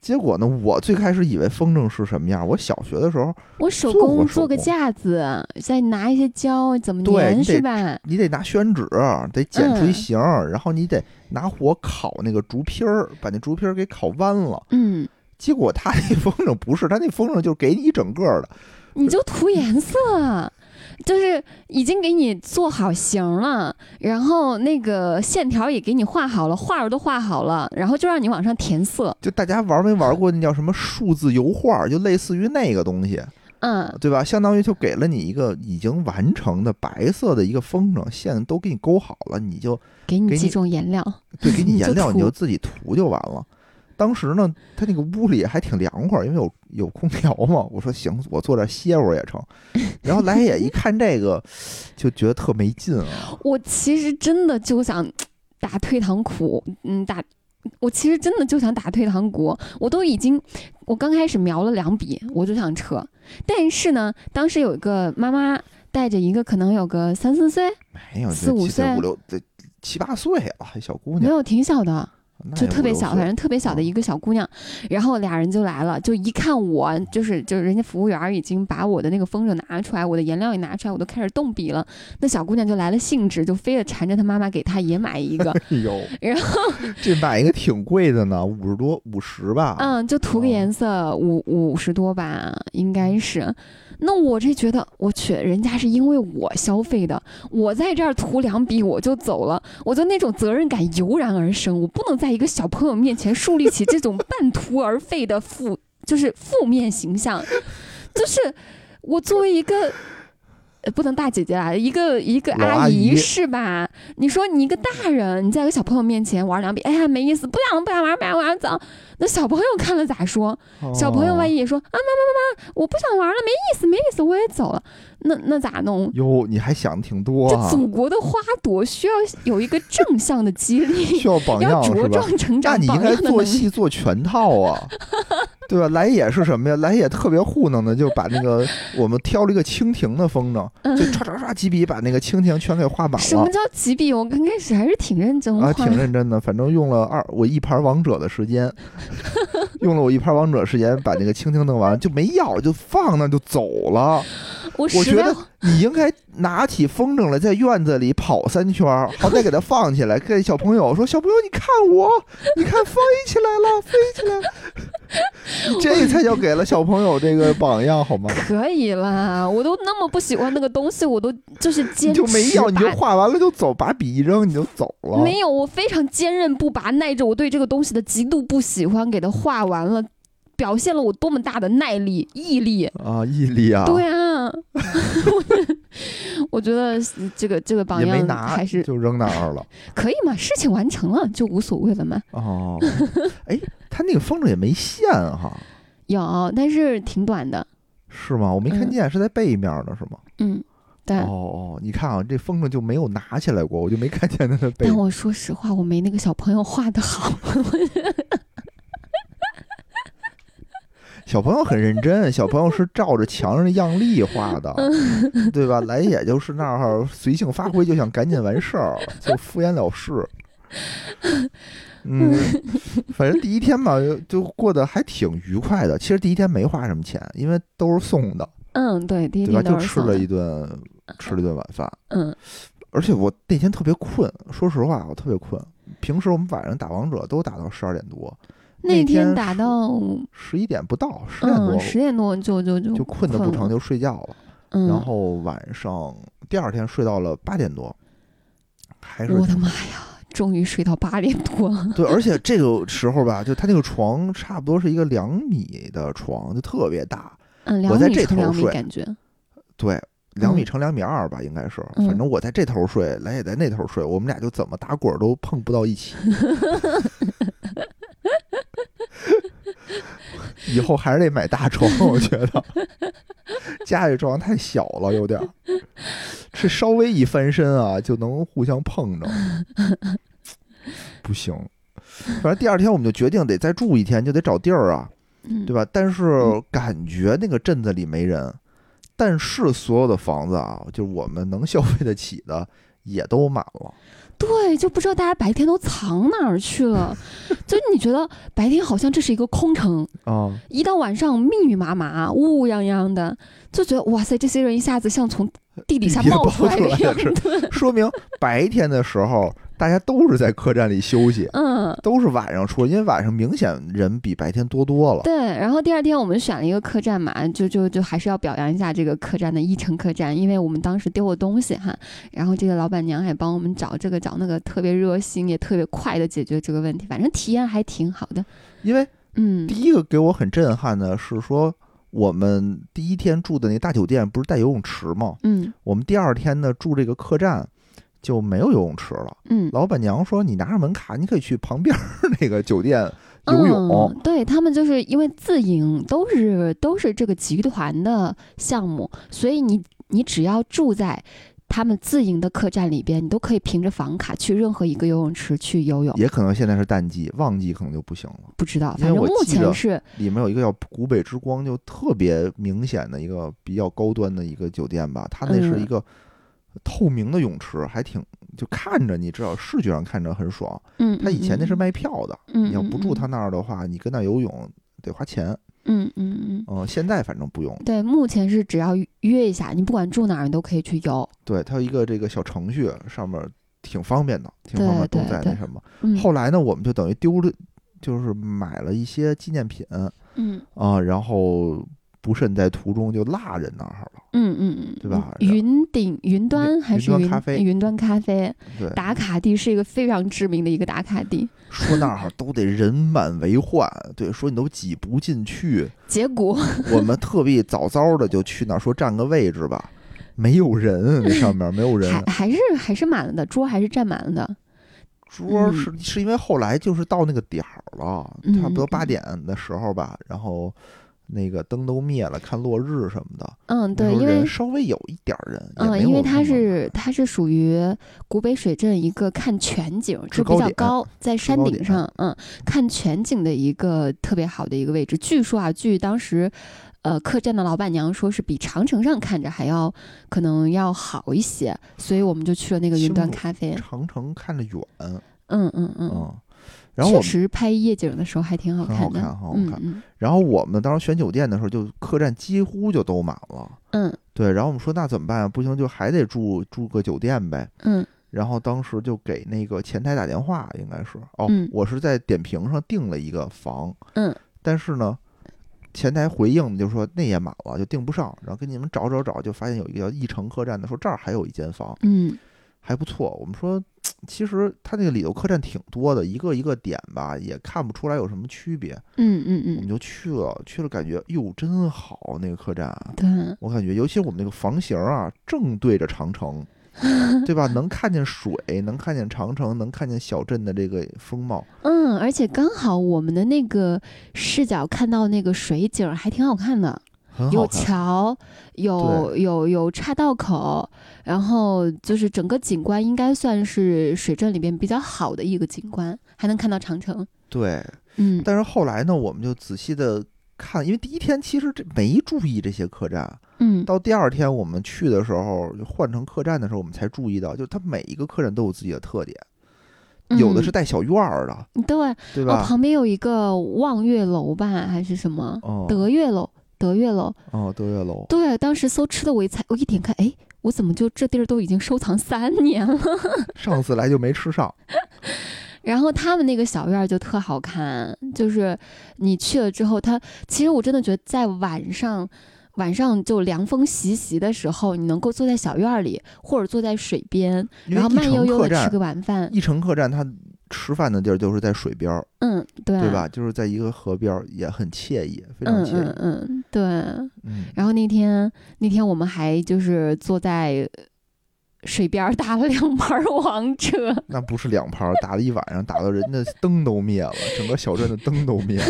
[SPEAKER 2] 结果呢，我最开始以为风筝是什么样。我小学的时候，
[SPEAKER 3] 我手
[SPEAKER 2] 做过
[SPEAKER 3] 工
[SPEAKER 2] 手
[SPEAKER 3] 做个
[SPEAKER 2] 工
[SPEAKER 3] 架子，再拿一些胶怎么
[SPEAKER 2] 对
[SPEAKER 3] 粘
[SPEAKER 2] 你得
[SPEAKER 3] 是吧？
[SPEAKER 2] 你得拿宣纸，得剪出一
[SPEAKER 3] 嗯
[SPEAKER 2] 形儿，然后你得拿火烤那个竹皮儿，把那竹皮儿给烤弯了。
[SPEAKER 3] 嗯，
[SPEAKER 2] 结果他那风筝不是，他那风筝就是给你一整个的，
[SPEAKER 3] 你就
[SPEAKER 2] 呃
[SPEAKER 3] 涂颜色，就是已经给你做好型了，然后那个线条也给你画好了，画儿都画好了，然后就让你往上填色。
[SPEAKER 2] 就大家玩没玩过那叫什么数字油画，就类似于那个东西，
[SPEAKER 3] 嗯，
[SPEAKER 2] 对吧？相当于就给了你一个已经完成的白色的一个风筝，线都给你勾好了，你就
[SPEAKER 3] 给
[SPEAKER 2] 给
[SPEAKER 3] 你
[SPEAKER 2] 你
[SPEAKER 3] 几种颜料。
[SPEAKER 2] 对，给你
[SPEAKER 3] 你就
[SPEAKER 2] 颜料，你
[SPEAKER 3] 涂
[SPEAKER 2] 就自己涂就完了。当时呢，他那个屋里还挺凉快，因为有有空调嘛。我说行，我坐这儿歇会儿也成。然后来也一看这个，就觉得特没劲啊。
[SPEAKER 3] 我其实真的就想打退堂鼓，嗯，打。我其实真的就想打退堂鼓，我都已经，我刚开始描了两笔，我就想撤。但是呢，当时有一个妈妈带着一个可能有个三四岁，
[SPEAKER 2] 没有，
[SPEAKER 3] 四
[SPEAKER 2] 就
[SPEAKER 3] 五
[SPEAKER 2] 七岁
[SPEAKER 3] 岁
[SPEAKER 2] 五六，这七八岁了，还小姑
[SPEAKER 3] 没
[SPEAKER 2] 娘，
[SPEAKER 3] 有挺小的，
[SPEAKER 2] 那
[SPEAKER 3] 就
[SPEAKER 2] 也
[SPEAKER 3] 特
[SPEAKER 2] 五
[SPEAKER 3] 别
[SPEAKER 2] 六
[SPEAKER 3] 小，
[SPEAKER 2] 岁嗯
[SPEAKER 3] 反正特别小的一个小姑娘，然后俩人就来了，就一看我，就是就是人家服务员儿已经把我的那个风筝拿出来，我的颜料也拿出来，我都开始动笔了。那小姑娘就来了兴致，就非得缠着她妈妈给她也买一个，
[SPEAKER 2] 哎呦，
[SPEAKER 3] 然
[SPEAKER 2] 后这买一个挺贵的呢，五十多五十吧。，
[SPEAKER 3] 嗯，就涂个颜色五五十多吧，应该是。那我这觉得，我去，人家是因为我消费的，我在这儿涂两笔我就走了，我就那种责任感油然而生，我不能在一个小朋友面前树立起这种半 途而废的负，就是负面形象，就是我作为一个。呃不能大姐姐啦，一个一个
[SPEAKER 2] 老阿姨
[SPEAKER 3] 姨是吧？你说你一个大人，你在一个小朋友面前玩两笔，哎呀没意思，不想了不想玩，不想玩，我要走。那小朋友看了咋说？
[SPEAKER 2] 哦
[SPEAKER 3] 小朋友万
[SPEAKER 2] 一
[SPEAKER 3] 一也说、啊，妈妈妈妈，我不想玩了，没意思，没意思，我也走了。那那咋弄？
[SPEAKER 2] 哟，你还想挺多
[SPEAKER 3] 这
[SPEAKER 2] 啊，
[SPEAKER 3] 祖国的花朵需要有一个正向的激励，
[SPEAKER 2] 需要榜
[SPEAKER 3] 要
[SPEAKER 2] 样
[SPEAKER 3] 茁
[SPEAKER 2] 是吧？
[SPEAKER 3] 壮成
[SPEAKER 2] 那
[SPEAKER 3] 长
[SPEAKER 2] 你应
[SPEAKER 3] 榜
[SPEAKER 2] 该
[SPEAKER 3] 样的能
[SPEAKER 2] 做
[SPEAKER 3] 力。
[SPEAKER 2] 戏做全套啊，对吧？来也是什么呀？来也特别糊弄的，就把那个我们挑了一个蜻蜓的风筝，
[SPEAKER 3] 嗯
[SPEAKER 2] 就唰唰唰几笔把那个蜻蜓全给画满
[SPEAKER 3] 什么
[SPEAKER 2] 了。
[SPEAKER 3] 叫几笔？我刚开始还是挺认真画
[SPEAKER 2] 啊，
[SPEAKER 3] 的，
[SPEAKER 2] 挺认真的，反正用了二我一盘王者的时 间，用了我一盘王者的时间把那个蜻蜓弄完，就没要，就放那就走了。
[SPEAKER 3] 我
[SPEAKER 2] 我
[SPEAKER 3] 实
[SPEAKER 2] 觉
[SPEAKER 3] 在
[SPEAKER 2] 得你应该拿起风筝来，在院子里跑三圈 儿，好歹给它放起来。跟小朋友说：“小朋友，你看我，你看飞起来了，飞起来了。” 这才叫给了小朋友这个榜样，好吗？
[SPEAKER 3] 可以啦，我都那么不喜欢那个东西，我都就是
[SPEAKER 2] 你
[SPEAKER 3] 坚持
[SPEAKER 2] 就没要，你就
[SPEAKER 3] 把
[SPEAKER 2] 画完了就走，把笔一扔你就走了。
[SPEAKER 3] 没有，我非常坚韧不拔，耐着我对这个东西的极度不喜欢，给它画完了，表现了我多么大的耐力、毅力。
[SPEAKER 2] 啊，毅力啊，
[SPEAKER 3] 对啊， 我觉得这个这个榜
[SPEAKER 2] 也没
[SPEAKER 3] 样
[SPEAKER 2] 拿，
[SPEAKER 3] 还是
[SPEAKER 2] 就扔那儿了。
[SPEAKER 3] 可以嘛，事情完成了就无所谓了嘛。
[SPEAKER 2] 哦，哎，他那个风筝也没线哈、
[SPEAKER 3] 有，但是挺短的，
[SPEAKER 2] 是吗？我没看
[SPEAKER 3] 嗯
[SPEAKER 2] 见，是在背面呢，是吗？
[SPEAKER 3] 嗯，对。
[SPEAKER 2] 哦哦，你看啊，这风筝就没有拿起来过，我就没看见它的背
[SPEAKER 3] 但我说实话，我没那个小朋友画的好。
[SPEAKER 2] 小朋友很认真，小朋友是照着墙上的样例画 的，
[SPEAKER 3] 嗯
[SPEAKER 2] 对吧？来也就是那儿随性发挥，就想赶紧完事儿，就敷衍了 事。嗯，反正第一天吧，就就过得还挺愉快的。其实第一天没花什么钱，因为都是送的，
[SPEAKER 3] 嗯，对，第一
[SPEAKER 2] 对吧？
[SPEAKER 3] 天
[SPEAKER 2] 就
[SPEAKER 3] 都是
[SPEAKER 2] 吃
[SPEAKER 3] 送
[SPEAKER 2] 了
[SPEAKER 3] 的
[SPEAKER 2] 一顿，吃了一顿晚饭。
[SPEAKER 3] 嗯
[SPEAKER 2] 而且我那天特别困，说实话，我特别困。平时我们晚上打王者都打到十二点多，那
[SPEAKER 3] 那
[SPEAKER 2] 天
[SPEAKER 3] 打
[SPEAKER 2] 是
[SPEAKER 3] 到
[SPEAKER 2] 十一点不到，十点多、
[SPEAKER 3] 嗯十点多就就就
[SPEAKER 2] 就困得不成
[SPEAKER 3] 了
[SPEAKER 2] 就睡觉了。
[SPEAKER 3] 嗯，
[SPEAKER 2] 然后晚上第二天睡到了八点多，还是
[SPEAKER 3] 我的妈呀，终于睡到八点多了，
[SPEAKER 2] 对，而且这个时候吧，就他那个床差不多是一个两米的床，就特别大，
[SPEAKER 3] 嗯，
[SPEAKER 2] 我
[SPEAKER 3] 两
[SPEAKER 2] 在
[SPEAKER 3] 米
[SPEAKER 2] 这
[SPEAKER 3] 乘
[SPEAKER 2] 头
[SPEAKER 3] 两米
[SPEAKER 2] 睡
[SPEAKER 3] 感觉，
[SPEAKER 2] 对，两米
[SPEAKER 3] 嗯
[SPEAKER 2] 乘两米二吧，应该是，
[SPEAKER 3] 嗯
[SPEAKER 2] 反正我在这头睡，来也在那头睡，我们俩就怎么打滚儿都碰不到一起。 以后还是得买大床，我觉得家里床太小了，有点儿，这稍微一翻身啊，就能互相碰着， 不行。反正第二天我们就决定得再住一天，就得找地儿啊。
[SPEAKER 3] 嗯，
[SPEAKER 2] 对吧？但是感觉那个镇子里没人，但是所有的房子啊，就是我们能消费得起的也都满了。
[SPEAKER 3] 对，就不知道大家白天都藏哪儿去 了，就你觉得白天好像这是一个空城，
[SPEAKER 2] 啊，
[SPEAKER 3] 一到晚上密密麻麻、乌乌泱泱的，就觉得哇塞，这些人一下子像从地底下
[SPEAKER 2] 地底下
[SPEAKER 3] 冒
[SPEAKER 2] 冒
[SPEAKER 3] 出来
[SPEAKER 2] 出
[SPEAKER 3] 一
[SPEAKER 2] 来
[SPEAKER 3] 样
[SPEAKER 2] 的是
[SPEAKER 3] 的，
[SPEAKER 2] 说明白天的时候大家都是在客栈里休息，
[SPEAKER 3] 嗯。
[SPEAKER 2] 都是晚上出来，因为晚上明显人比白天多多了。
[SPEAKER 3] 对，然后第二天我们选了一个客栈嘛，就就就还是要表扬一下这个客栈的一城客栈，因为我们当时丢了东西哈，然后这个老板娘也帮我们找这个找那个，特别热心，也特别快的解决这个问题，反正体验还挺好的。
[SPEAKER 2] 因为
[SPEAKER 3] 嗯
[SPEAKER 2] 第一个给我很震撼的是说，我们第一天住的那个大酒店不是带游泳池吗？
[SPEAKER 3] 嗯
[SPEAKER 2] 我们第二天呢住这个客栈就没有游泳池了。
[SPEAKER 3] 嗯，
[SPEAKER 2] 老板娘说：“你拿着门卡，你可以去旁边儿那个酒店游泳。
[SPEAKER 3] 嗯、对他们就是因为自营都是都是这个集团的项目，所以你你只要住在他们自营的客栈里边，你都可以凭着房卡去任何一个游泳池去游泳。
[SPEAKER 2] 也可能现在是淡季，旺季可能就不行了。
[SPEAKER 3] 不知道，
[SPEAKER 2] 因为
[SPEAKER 3] 反正
[SPEAKER 2] 我
[SPEAKER 3] 目
[SPEAKER 2] 记得
[SPEAKER 3] 前是
[SPEAKER 2] 里面有一个叫古北之光，就特别明显的一个比较高端的一个酒店吧，它那
[SPEAKER 3] 嗯
[SPEAKER 2] 是一个透明的泳池，还挺就看着你知道，视觉上看着很爽。
[SPEAKER 3] 嗯，
[SPEAKER 2] 它以前那是
[SPEAKER 3] 嗯
[SPEAKER 2] 卖票的，
[SPEAKER 3] 嗯，
[SPEAKER 2] 你要不住
[SPEAKER 3] 嗯
[SPEAKER 2] 它那儿的话，你跟那儿游泳得花钱。
[SPEAKER 3] 嗯嗯嗯。嗯
[SPEAKER 2] 嗯、现在反正不用。
[SPEAKER 3] 对，目前是只要约一下，你不管住哪儿，你都可以去游。
[SPEAKER 2] 对，它有一个这个小程序，上面挺方便的，挺方便，
[SPEAKER 3] 对
[SPEAKER 2] 都
[SPEAKER 3] 对
[SPEAKER 2] 在
[SPEAKER 3] 对
[SPEAKER 2] 那什么。
[SPEAKER 3] 嗯，
[SPEAKER 2] 后来呢，我们就等于丢了，就是买了一些纪念品啊、
[SPEAKER 3] 嗯
[SPEAKER 2] 然后不慎在途中就落人那儿了。
[SPEAKER 3] 嗯嗯嗯，
[SPEAKER 2] 对吧
[SPEAKER 3] 嗯云顶云端
[SPEAKER 2] 云
[SPEAKER 3] 还是
[SPEAKER 2] 云端
[SPEAKER 3] 云
[SPEAKER 2] 咖啡
[SPEAKER 3] 云端咖啡
[SPEAKER 2] 对，
[SPEAKER 3] 打卡地是一个非常知名的一个打卡地。
[SPEAKER 2] 说那儿都得人满为患，对，说你都挤不进 去。
[SPEAKER 3] 结果
[SPEAKER 2] 我们特地早早的就去那儿说占个位置吧，没有人，那上面没有人啊
[SPEAKER 3] 还。还是还是满了的，桌还是占满了的。
[SPEAKER 2] 桌儿是是因为后来就是到那个点儿了，
[SPEAKER 3] 嗯
[SPEAKER 2] 差不多
[SPEAKER 3] 嗯
[SPEAKER 2] 八点的时候吧，然后那个灯都灭了，看落日什么的。
[SPEAKER 3] 嗯，
[SPEAKER 2] 那
[SPEAKER 3] 对，
[SPEAKER 2] 时候
[SPEAKER 3] 因为
[SPEAKER 2] 人稍微有一点儿人，也
[SPEAKER 3] 嗯，
[SPEAKER 2] 没
[SPEAKER 3] 因为
[SPEAKER 2] 有那
[SPEAKER 3] 它
[SPEAKER 2] 么
[SPEAKER 3] 是它是属于古北水镇一个看全景，
[SPEAKER 2] 制
[SPEAKER 3] 就比
[SPEAKER 2] 高
[SPEAKER 3] 较
[SPEAKER 2] 点啊
[SPEAKER 3] 高，在山
[SPEAKER 2] 高
[SPEAKER 3] 顶
[SPEAKER 2] 点啊
[SPEAKER 3] 上，嗯，看全景的一个特别好的一个位置。据说啊，据当时。呃，客栈的老板娘说是比长城上看着还要可能要好一些，所以我们就去了那个云
[SPEAKER 2] 兴
[SPEAKER 3] 端
[SPEAKER 2] 隆
[SPEAKER 3] 咖啡。
[SPEAKER 2] 长城看着远，
[SPEAKER 3] 嗯嗯嗯，
[SPEAKER 2] 嗯，然后我
[SPEAKER 3] 确
[SPEAKER 2] 们
[SPEAKER 3] 实拍夜景的时候还挺好
[SPEAKER 2] 很
[SPEAKER 3] 看
[SPEAKER 2] 好
[SPEAKER 3] 的。
[SPEAKER 2] 看，很好
[SPEAKER 3] 嗯
[SPEAKER 2] 看。
[SPEAKER 3] 嗯
[SPEAKER 2] 然后我们当时选酒店的时候，就客栈几乎就都满了，
[SPEAKER 3] 嗯
[SPEAKER 2] 对。然后我们说那怎么办啊？不行就还得住住个酒店呗。
[SPEAKER 3] 嗯
[SPEAKER 2] 然后当时就给那个前台打电话，应该是哦，
[SPEAKER 3] 嗯
[SPEAKER 2] 我是在点评上订了一个房，
[SPEAKER 3] 嗯，
[SPEAKER 2] 但是呢。前台回应就说那也满了，就订不上。然后跟你们找找找，就发现有一个叫一城客栈的，说这儿还有一间房，
[SPEAKER 3] 嗯
[SPEAKER 2] 还不错。我们说，其实它那个里头客栈挺多的，一个一个点吧，也看不出来有什么区别。
[SPEAKER 3] 嗯嗯
[SPEAKER 2] 我们
[SPEAKER 3] 嗯，
[SPEAKER 2] 就去了，去了感觉哟真好，那个客栈啊，
[SPEAKER 3] 对，
[SPEAKER 2] 我感觉尤其是我们那个房型啊，正对着长 城，对吧？能看见水，能看见长城，能看见小镇的这个风貌。
[SPEAKER 3] 嗯，而且刚好我们的那个视角看到那个水景儿还挺好看的，
[SPEAKER 2] 很好
[SPEAKER 3] 有
[SPEAKER 2] 看，
[SPEAKER 3] 桥，有有有岔道口，然后就是整个景观应该算是水镇里边比较好的一个景观，还能看到长城。
[SPEAKER 2] 对。
[SPEAKER 3] 嗯
[SPEAKER 2] 但是后来呢，我们就仔细的看，因为第一天其实这没注意这些客栈，
[SPEAKER 3] 嗯
[SPEAKER 2] 到第二天我们去的时候，就换成客栈的时候，我们才注意到，就它每一个客栈都有自己的特点，有的是带小院儿的，
[SPEAKER 3] 嗯对，
[SPEAKER 2] 对
[SPEAKER 3] 嗯哦，
[SPEAKER 2] 吧？
[SPEAKER 3] 旁边有一个望月楼吧，还是什么
[SPEAKER 2] 哦，
[SPEAKER 3] 德月楼？德月楼。
[SPEAKER 2] 哦，德月楼，
[SPEAKER 3] 对，当时搜吃的，我一猜，我一点开，哎，我怎么就这地儿都已经收藏三年了？
[SPEAKER 2] 上次来就没吃上，
[SPEAKER 3] 然后他们那个小院儿就特好看，就是你去了之后，它其实我真的觉得在晚上，晚上就凉风习习的时候，你能够坐在小院儿里，或者坐在水边，
[SPEAKER 2] 因
[SPEAKER 3] 然后
[SPEAKER 2] 为一
[SPEAKER 3] 慢悠
[SPEAKER 2] 城
[SPEAKER 3] 悠
[SPEAKER 2] 客
[SPEAKER 3] 的吃
[SPEAKER 2] 栈
[SPEAKER 3] 个，晚饭，
[SPEAKER 2] 一城客栈它吃饭的地儿就是在水边儿，
[SPEAKER 3] 嗯，对，
[SPEAKER 2] 对吧？就是在一个河边儿，也很惬意，非常
[SPEAKER 3] 嗯
[SPEAKER 2] 惬
[SPEAKER 3] 嗯
[SPEAKER 2] 意。
[SPEAKER 3] 嗯，对。
[SPEAKER 2] 嗯，
[SPEAKER 3] 然后那天那天我们还就是坐在水边儿打了两盘儿王者，
[SPEAKER 2] 那不是两盘儿，打了一晚上，打到人家灯都灭了，整个小镇的灯都灭了。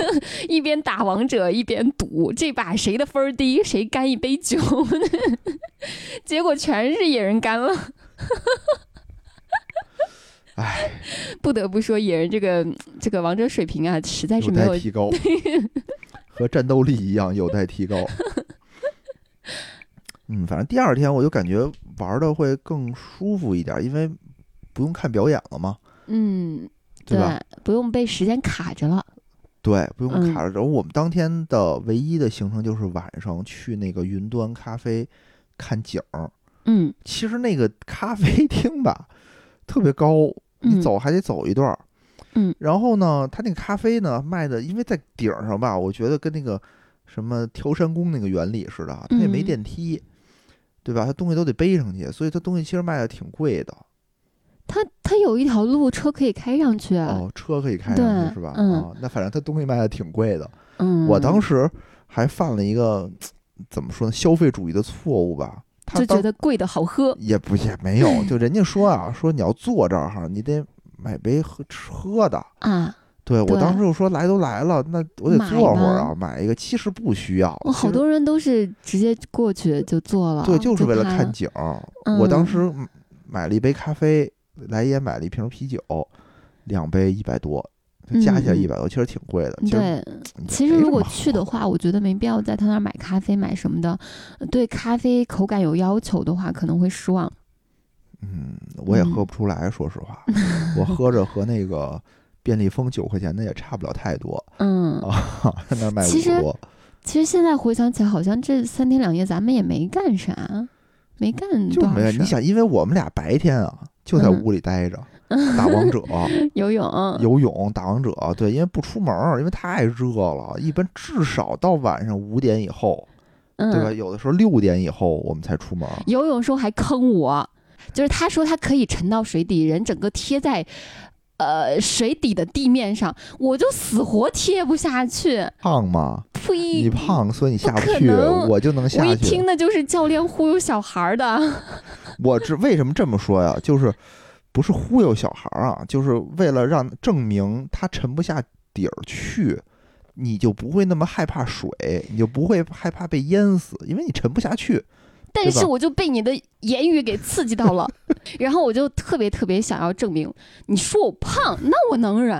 [SPEAKER 3] 一边打王者一边赌，这把谁的分儿低，谁干一杯酒。 结果全是野人干了。
[SPEAKER 2] 唉，
[SPEAKER 3] 不得不说，野人这个这个王者水平啊，实在是
[SPEAKER 2] 有
[SPEAKER 3] 没
[SPEAKER 2] 待
[SPEAKER 3] 有
[SPEAKER 2] 提 高，和战斗力一样有待提高。嗯，反正第二天我就感觉玩的会更舒服一点，因为不用看表演了嘛，
[SPEAKER 3] 嗯，
[SPEAKER 2] 对吧？
[SPEAKER 3] 不用被时间卡着了。
[SPEAKER 2] 对，不用
[SPEAKER 3] 嗯
[SPEAKER 2] 卡着。然后我们当天的唯一的行程就是晚上去那个云端咖啡看景儿。
[SPEAKER 3] 嗯，
[SPEAKER 2] 其实那个咖啡厅吧， 特别高，你
[SPEAKER 3] 嗯
[SPEAKER 2] 走还得走一段儿。
[SPEAKER 3] 嗯
[SPEAKER 2] 然后呢，他那个咖啡呢卖的，因为在顶儿上吧，我觉得跟那个什么调山宫那个原理似的，它啊也没
[SPEAKER 3] 嗯
[SPEAKER 2] 电梯，对吧？它东西都得背上去，所以它东西其实卖的挺贵的。
[SPEAKER 3] 他他有一条路车可以开上去。啊
[SPEAKER 2] 哦，车可以开
[SPEAKER 3] 对
[SPEAKER 2] 上去是吧？
[SPEAKER 3] 嗯
[SPEAKER 2] 啊，那反正它东西卖的挺贵的。
[SPEAKER 3] 嗯，
[SPEAKER 2] 我当
[SPEAKER 3] 时
[SPEAKER 2] 时还犯了一个怎么说呢，消费主义的错误吧。他
[SPEAKER 3] 就
[SPEAKER 2] 当
[SPEAKER 3] 觉得贵的好喝。
[SPEAKER 2] 也不也没有，就人家说啊，说你要坐这儿哈，你得买杯喝吃喝的。
[SPEAKER 3] 啊，
[SPEAKER 2] 对我
[SPEAKER 3] 对
[SPEAKER 2] 当时就说来都来了，那我得
[SPEAKER 3] 买
[SPEAKER 2] 坐会儿
[SPEAKER 3] 吧
[SPEAKER 2] 啊，买一个。其实不需要，
[SPEAKER 3] 我
[SPEAKER 2] 其
[SPEAKER 3] 好
[SPEAKER 2] 实
[SPEAKER 3] 多人都是直接过去就做了，
[SPEAKER 2] 对，就是为了
[SPEAKER 3] 拍
[SPEAKER 2] 看
[SPEAKER 3] 了
[SPEAKER 2] 景儿。我当
[SPEAKER 3] 嗯
[SPEAKER 2] 时买了一杯咖啡，来也买了一瓶啤酒，两杯一百多，就加起来
[SPEAKER 3] 嗯嗯
[SPEAKER 2] 一百多，其实挺贵的。其实
[SPEAKER 3] 对，
[SPEAKER 2] 也
[SPEAKER 3] 其实
[SPEAKER 2] 没
[SPEAKER 3] 如
[SPEAKER 2] 什
[SPEAKER 3] 果
[SPEAKER 2] 么好
[SPEAKER 3] 去的话，我觉得没必要在他那儿买咖啡买什么的，呃对咖啡口感有要求的话，可能会失望。
[SPEAKER 2] 嗯，我也
[SPEAKER 3] 嗯
[SPEAKER 2] 喝不出来，说实话， 我喝着和那个便利蜂九块钱的也差不了太多
[SPEAKER 3] 嗯，
[SPEAKER 2] 啊，那儿卖
[SPEAKER 3] 其
[SPEAKER 2] 五
[SPEAKER 3] 实
[SPEAKER 2] 十多。
[SPEAKER 3] 其实现在回想起来，好像这三天两夜咱们也没干啥，没干
[SPEAKER 2] 就
[SPEAKER 3] 多少
[SPEAKER 2] 没有，
[SPEAKER 3] 事
[SPEAKER 2] 你
[SPEAKER 3] 儿，
[SPEAKER 2] 想，因为我们俩白天啊就在
[SPEAKER 3] 嗯
[SPEAKER 2] 屋里待着，打王 者、
[SPEAKER 3] 游泳，
[SPEAKER 2] 游泳、打王者，对，因为不出门儿，因为太热了，一般至少到晚上五点以后，对吧？
[SPEAKER 3] 嗯，
[SPEAKER 2] 有的时候六点以后我们才出门儿。
[SPEAKER 3] 游泳时候还坑我，就是他说他可以沉到水底，人整个贴在。呃，水底的地面上，我就死活贴不下去。
[SPEAKER 2] 胖吗？
[SPEAKER 3] 呸！
[SPEAKER 2] 你胖，所以你下
[SPEAKER 3] 不可
[SPEAKER 2] 去，
[SPEAKER 3] 能
[SPEAKER 2] 我就能
[SPEAKER 3] 我
[SPEAKER 2] 下
[SPEAKER 3] 一
[SPEAKER 2] 去
[SPEAKER 3] 听。那就是教练忽悠小孩儿的。
[SPEAKER 2] 我这为什么这么说呀？就是不是忽悠小孩儿啊？就是为了让证明他沉不下底儿去，你就不会那么害怕水，你就不会害怕被淹死，因为你沉不下去。
[SPEAKER 3] 但
[SPEAKER 2] 对
[SPEAKER 3] 是
[SPEAKER 2] 吧
[SPEAKER 3] 我就被你的言语给刺激到 了，然后我就特别特别想要证明，你说我胖，那我能忍，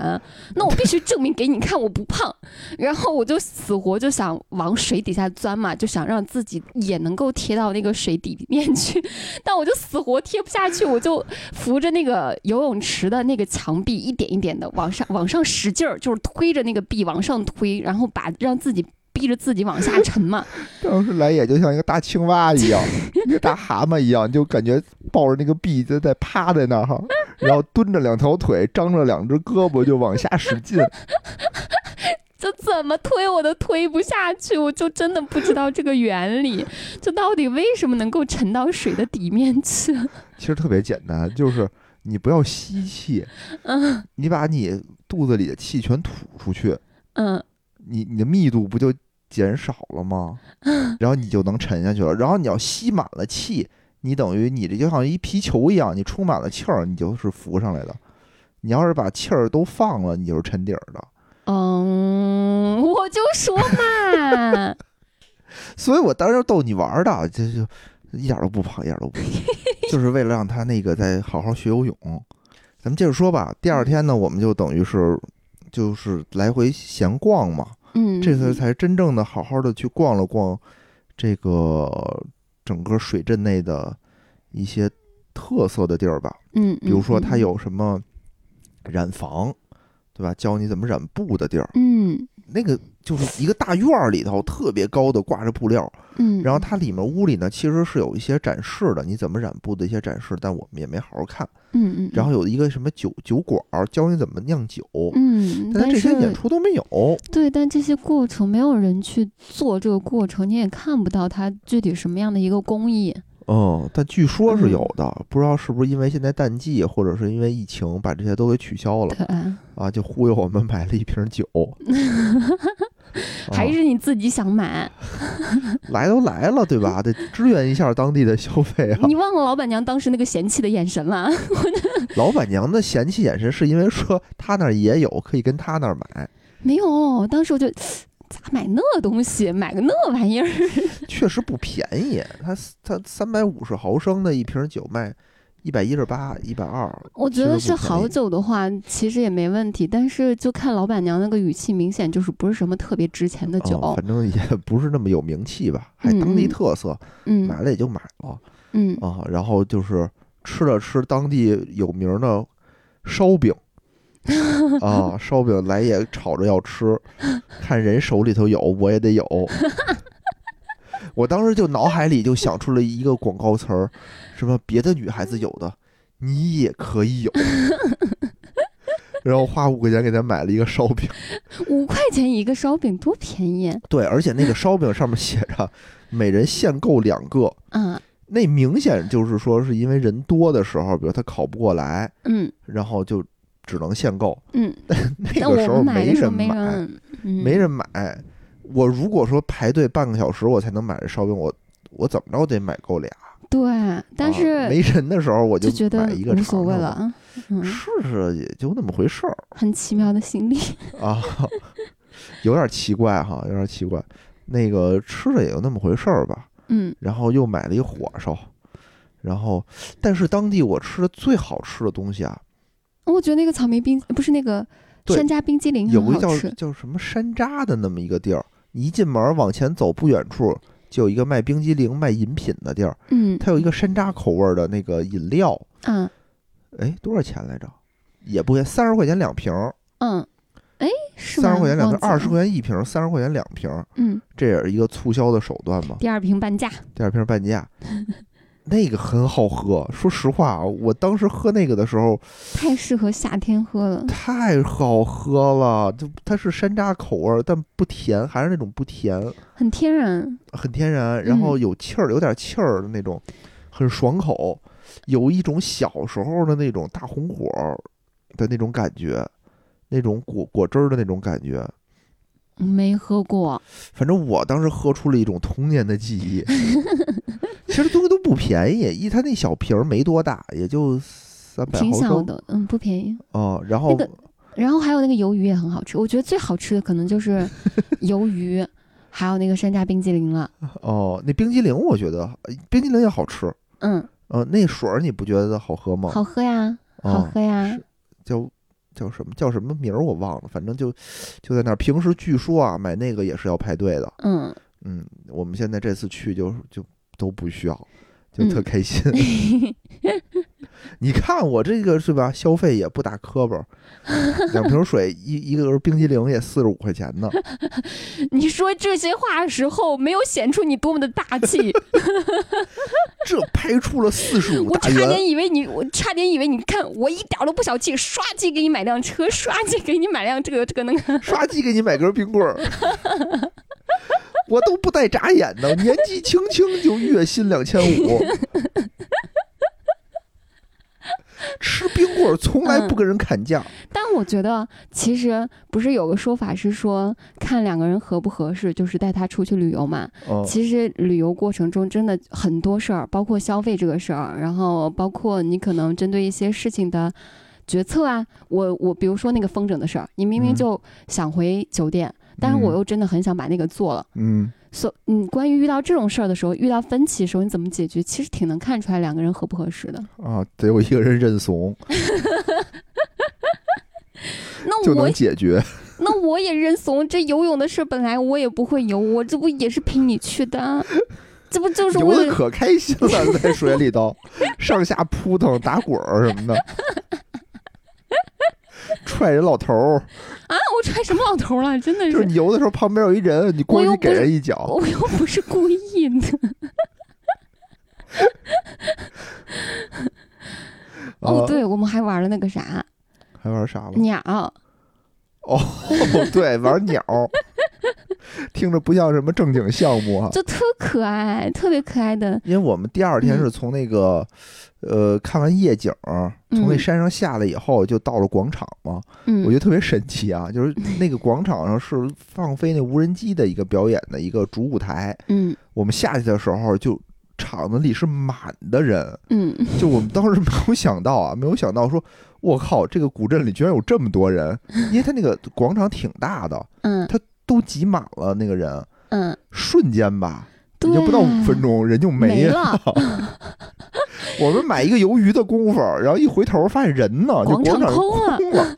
[SPEAKER 3] 那我必须证明给你看我不胖，然后我就死活就想往水底下钻嘛，就想让自己也能够贴到那个水底面去，但我就死活贴不下去，我就扶着那个游泳池的那个墙壁，一点一点的往上往上使劲儿，就是推着那个壁往上推，然后把让自己逼着自己往下沉嘛，
[SPEAKER 2] 当时来也就像一个大青蛙一样，一个大蛤蟆一样，就感觉抱着那个臂就在趴在那儿哈，然后蹲着两条腿，张着两只胳膊就往下使劲。
[SPEAKER 3] 就怎么推我都推不下去，我就真的不知道这个原理，就到底为什么能够沉到水的底面去？
[SPEAKER 2] 其实特别简单，就是你不要吸气，
[SPEAKER 3] 嗯
[SPEAKER 2] 你把你肚子里的气全吐出去，
[SPEAKER 3] 嗯
[SPEAKER 2] 你你的密度不就减少了吗？然后你就能沉下去了。然后你要吸满了气，你等于你这就像一皮球一样，你充满了气儿，你就是浮上来的。你要是把气儿都放了，你就是沉底儿的。
[SPEAKER 3] 嗯，我就 说嘛，
[SPEAKER 2] 所以我当时就逗你玩儿的，这就一点儿都不胖，一点儿都 不胖，就是为了让他那个再好好学游泳。咱们接着说吧。第二天呢，我们就等于是就是来回闲逛嘛，
[SPEAKER 3] 嗯，
[SPEAKER 2] 这次才真正的好好的去逛了逛这个整个水镇内的一些特色的地儿吧。
[SPEAKER 3] 嗯，嗯，
[SPEAKER 2] 比如说，它
[SPEAKER 3] 嗯，
[SPEAKER 2] 有什么染坊，对吧？教你怎么染布的地儿，
[SPEAKER 3] 嗯
[SPEAKER 2] 那个就是一个大院儿里头特别高的挂着布料，
[SPEAKER 3] 嗯，
[SPEAKER 2] 然后它里面屋里呢其实是有一些展示的，你怎么染布的一些展示，但我们也没好好看。
[SPEAKER 3] 嗯嗯，
[SPEAKER 2] 然后有一个什么酒酒馆儿教你怎么酿酒，
[SPEAKER 3] 嗯，
[SPEAKER 2] 但它
[SPEAKER 3] 但
[SPEAKER 2] 这些
[SPEAKER 3] 是嗯
[SPEAKER 2] 演出都没有。
[SPEAKER 3] 对，但这些过程没有人去做这个过程，你也看不到它具体什么样的一个工艺。
[SPEAKER 2] 嗯，但据说是
[SPEAKER 3] 嗯
[SPEAKER 2] 有的，不知道是不是因为现在淡季，或者是因为疫情把这些都给取消了
[SPEAKER 3] 对，
[SPEAKER 2] 啊，就忽悠我们买了一瓶 酒。
[SPEAKER 3] 还
[SPEAKER 2] 啊
[SPEAKER 3] 是你自己想
[SPEAKER 2] 哎
[SPEAKER 3] 买，
[SPEAKER 2] 来都来了，对吧？得支援一下当地的消费啊。
[SPEAKER 3] 你忘了老板娘当时那个嫌弃的眼神了？
[SPEAKER 2] 老板娘的嫌弃眼神是因为说她那儿也有，可以跟她那儿买。
[SPEAKER 3] 没有，当时我就 咋买那东西，买个那玩意儿？
[SPEAKER 2] 确实不便宜，它它三百五十毫升的一瓶酒卖一百一十八、一百二，
[SPEAKER 3] 我觉得是好酒的话，其实也没问题，但是就看老板娘那个语气，明显就是不是什么特别值钱的酒。
[SPEAKER 2] 啊反正也不是那么有名气吧，还当地
[SPEAKER 3] 嗯嗯
[SPEAKER 2] 特色，
[SPEAKER 3] 嗯
[SPEAKER 2] 买了也就买了
[SPEAKER 3] 嗯，
[SPEAKER 2] 啊。然后就是吃了吃当地有名的烧饼啊，烧饼来也吵着要吃，看人手里头有，我也得有。我当时就脑海里就想出了一个广告词儿，什么别的女孩子有的，你也可以有。然后花五块钱给他买了一个烧饼，
[SPEAKER 3] 五块钱一个烧饼多便宜啊
[SPEAKER 2] 对，而且那个烧饼上面写着每人限购两个，
[SPEAKER 3] 啊！
[SPEAKER 2] 那明显就是说是因为人多的时候，比如他考不过来，
[SPEAKER 3] 嗯
[SPEAKER 2] 然后就只能限购。
[SPEAKER 3] 嗯，
[SPEAKER 2] 那
[SPEAKER 3] 但
[SPEAKER 2] 个
[SPEAKER 3] 我
[SPEAKER 2] 时候
[SPEAKER 3] 们买
[SPEAKER 2] 没
[SPEAKER 3] 的时候
[SPEAKER 2] 人
[SPEAKER 3] 没
[SPEAKER 2] 买，
[SPEAKER 3] 人，嗯、
[SPEAKER 2] 没人买。我如果说排队半个小时我才能买这烧饼，我我怎么着得买够俩。
[SPEAKER 3] 对，但是、
[SPEAKER 2] 啊、没人的时候我
[SPEAKER 3] 就觉得
[SPEAKER 2] 买一个
[SPEAKER 3] 无
[SPEAKER 2] 尝
[SPEAKER 3] 所谓
[SPEAKER 2] 尝
[SPEAKER 3] 了
[SPEAKER 2] 吧，
[SPEAKER 3] 啊，嗯，
[SPEAKER 2] 试试也就那么回事儿
[SPEAKER 3] 很奇妙的心理。
[SPEAKER 2] 啊， 有点奇怪哈，有点奇怪。那个吃着也就那么回事儿吧，
[SPEAKER 3] 嗯
[SPEAKER 2] 然后又买了一火烧，然后但是当地我吃的最好吃的东西啊，
[SPEAKER 3] 我觉得那个草莓冰不是那个
[SPEAKER 2] 对
[SPEAKER 3] 山楂冰激凌
[SPEAKER 2] 有
[SPEAKER 3] 很
[SPEAKER 2] 个
[SPEAKER 3] 好
[SPEAKER 2] 叫
[SPEAKER 3] 吃，
[SPEAKER 2] 叫什么山楂的那么一个地儿，你一进门往前走不远处就有一个卖冰激凌、卖饮品的地儿，
[SPEAKER 3] 嗯
[SPEAKER 2] 它有一个山楂口味儿的那个饮料，
[SPEAKER 3] 啊
[SPEAKER 2] 哎，多少钱来着？也不贵，三十块钱两瓶儿，
[SPEAKER 3] 嗯，哎是吗？
[SPEAKER 2] 三十块钱两瓶儿，
[SPEAKER 3] 忘
[SPEAKER 2] 二
[SPEAKER 3] 记
[SPEAKER 2] 十
[SPEAKER 3] 了
[SPEAKER 2] 块钱一瓶儿，三十块钱两瓶儿，
[SPEAKER 3] 嗯，
[SPEAKER 2] 这也是一个促销的手段嘛。
[SPEAKER 3] 第二瓶半价，
[SPEAKER 2] 第二瓶半价， 那个很好喝。说实话啊，我当时喝那个的时候
[SPEAKER 3] 太适合夏天喝了。
[SPEAKER 2] 太好喝了，就它是山楂口味儿，但不甜，还是那种不甜。
[SPEAKER 3] 很天然，
[SPEAKER 2] 很天然，然
[SPEAKER 3] 嗯
[SPEAKER 2] 后有气儿，有点气儿的那种，很爽口，有一种小时候的那种大红果儿的那种感觉，那种果果汁儿的那种感觉。
[SPEAKER 3] 没喝过。
[SPEAKER 2] 反正我当时喝出了一种童年的记 忆。其实东西都不便宜，一它那小瓶儿没多大，也就三百
[SPEAKER 3] 挺
[SPEAKER 2] 毫
[SPEAKER 3] 小
[SPEAKER 2] 升
[SPEAKER 3] 的，嗯，不便宜。
[SPEAKER 2] 啊、然后、
[SPEAKER 3] 那个然后还有那个鱿鱼也很好吃，我觉得最好吃的可能就是 鱿鱼，还有那个山楂冰激凌了。
[SPEAKER 2] 哦，那冰激凌我觉得呃冰激凌也好吃。
[SPEAKER 3] 嗯，
[SPEAKER 2] 呃，那水儿你不觉得好喝吗？
[SPEAKER 3] 好喝呀，好
[SPEAKER 2] 啊
[SPEAKER 3] 喝呀
[SPEAKER 2] 哦是。叫叫什么叫什么名儿我忘了，反正就就在那儿。平时据说啊，买那个也是要排队的。
[SPEAKER 3] 嗯，
[SPEAKER 2] 嗯，我们现在这次去就就都不需要，就特
[SPEAKER 3] 嗯
[SPEAKER 2] 开心。 你看我这个是吧？消费也不打磕巴儿，两瓶水一一个冰激凌也四十五块钱呢。
[SPEAKER 3] 你说这些话的时候，没有显出你多么的大气，
[SPEAKER 2] 这拍出了四十五
[SPEAKER 3] 我
[SPEAKER 2] 大
[SPEAKER 3] 差
[SPEAKER 2] 元，
[SPEAKER 3] 点以为你，我差点以为你看我一点儿都不小气，刷机给你买辆车，刷机给你买辆这个这个那个，
[SPEAKER 2] 刷机给你买根冰棍儿。 我都不带眨眼的，年纪轻轻就月薪两千五，吃冰棍儿从来不跟人砍价。
[SPEAKER 3] 但我觉得，其实不是有个说法是说，看两个人合不合适，就是带他出去旅游嘛。
[SPEAKER 2] 嗯，
[SPEAKER 3] 其实旅游过程中真的很多事儿，包括消费这个事儿，然后包括你可能针对一些事情的决策啊。我我比如说那个风筝的事儿，你明明
[SPEAKER 2] 嗯
[SPEAKER 3] 就想回酒店，但是我又真的很想把那个做了。
[SPEAKER 2] 嗯，
[SPEAKER 3] 所、嗯，关于遇到这种事儿的时候，遇到分歧的时候，你怎么解决，其实挺能看出来两个人合不合适的。
[SPEAKER 2] 啊，得有一个人认怂
[SPEAKER 3] 嗯
[SPEAKER 2] 就
[SPEAKER 3] 那我
[SPEAKER 2] 能解决。
[SPEAKER 3] 那我也认怂，这游泳的事本来我也不会游，我这不也是陪你去的，啊这不就是
[SPEAKER 2] 游
[SPEAKER 3] 为
[SPEAKER 2] 的
[SPEAKER 3] 了
[SPEAKER 2] 可开心了，在水里 头上下扑腾、打滚儿什么的。踹人老头儿，
[SPEAKER 3] 啊！我踹什么老头了？真的
[SPEAKER 2] 就是
[SPEAKER 3] 是，
[SPEAKER 2] 你游的时候旁边有一人，你过
[SPEAKER 3] 我
[SPEAKER 2] 去
[SPEAKER 3] 又
[SPEAKER 2] 给
[SPEAKER 3] 不是
[SPEAKER 2] 人一脚，
[SPEAKER 3] 我又不是故意 的。哦，
[SPEAKER 2] 啊，
[SPEAKER 3] 对，我们还玩了那个啥
[SPEAKER 2] 还玩啥了？
[SPEAKER 3] 鸟，
[SPEAKER 2] 哦， 对，玩鸟，听着不像什么正经项目啊。
[SPEAKER 3] 就特可爱，特别可爱的。
[SPEAKER 2] 因为我们第二
[SPEAKER 3] 嗯
[SPEAKER 2] 天是从那个，呃，看完夜景儿，从那
[SPEAKER 3] 嗯
[SPEAKER 2] 山上下来以后，就到了广场嘛。
[SPEAKER 3] 嗯
[SPEAKER 2] 我觉得特别神奇啊，就是那个广场上是放飞那无人机的一个表演的一个主舞台。
[SPEAKER 3] 嗯
[SPEAKER 2] 我们下去的时候，就场子里是满的人，
[SPEAKER 3] 嗯，
[SPEAKER 2] 就我们当时没有想到啊，没有想到说，我靠，这个古镇里居然有这么多人，因为它那个广场挺大的，
[SPEAKER 3] 嗯
[SPEAKER 2] 都挤满了那个人，
[SPEAKER 3] 嗯，
[SPEAKER 2] 瞬间吧，
[SPEAKER 3] 对，啊
[SPEAKER 2] 也就不到五分钟人就
[SPEAKER 3] 没
[SPEAKER 2] 了。
[SPEAKER 3] 了
[SPEAKER 2] 我们买一个鱿鱼的功夫，然后一回头发现人呢，这
[SPEAKER 3] 啊广
[SPEAKER 2] 广
[SPEAKER 3] 场
[SPEAKER 2] 场
[SPEAKER 3] 空了
[SPEAKER 2] 空了。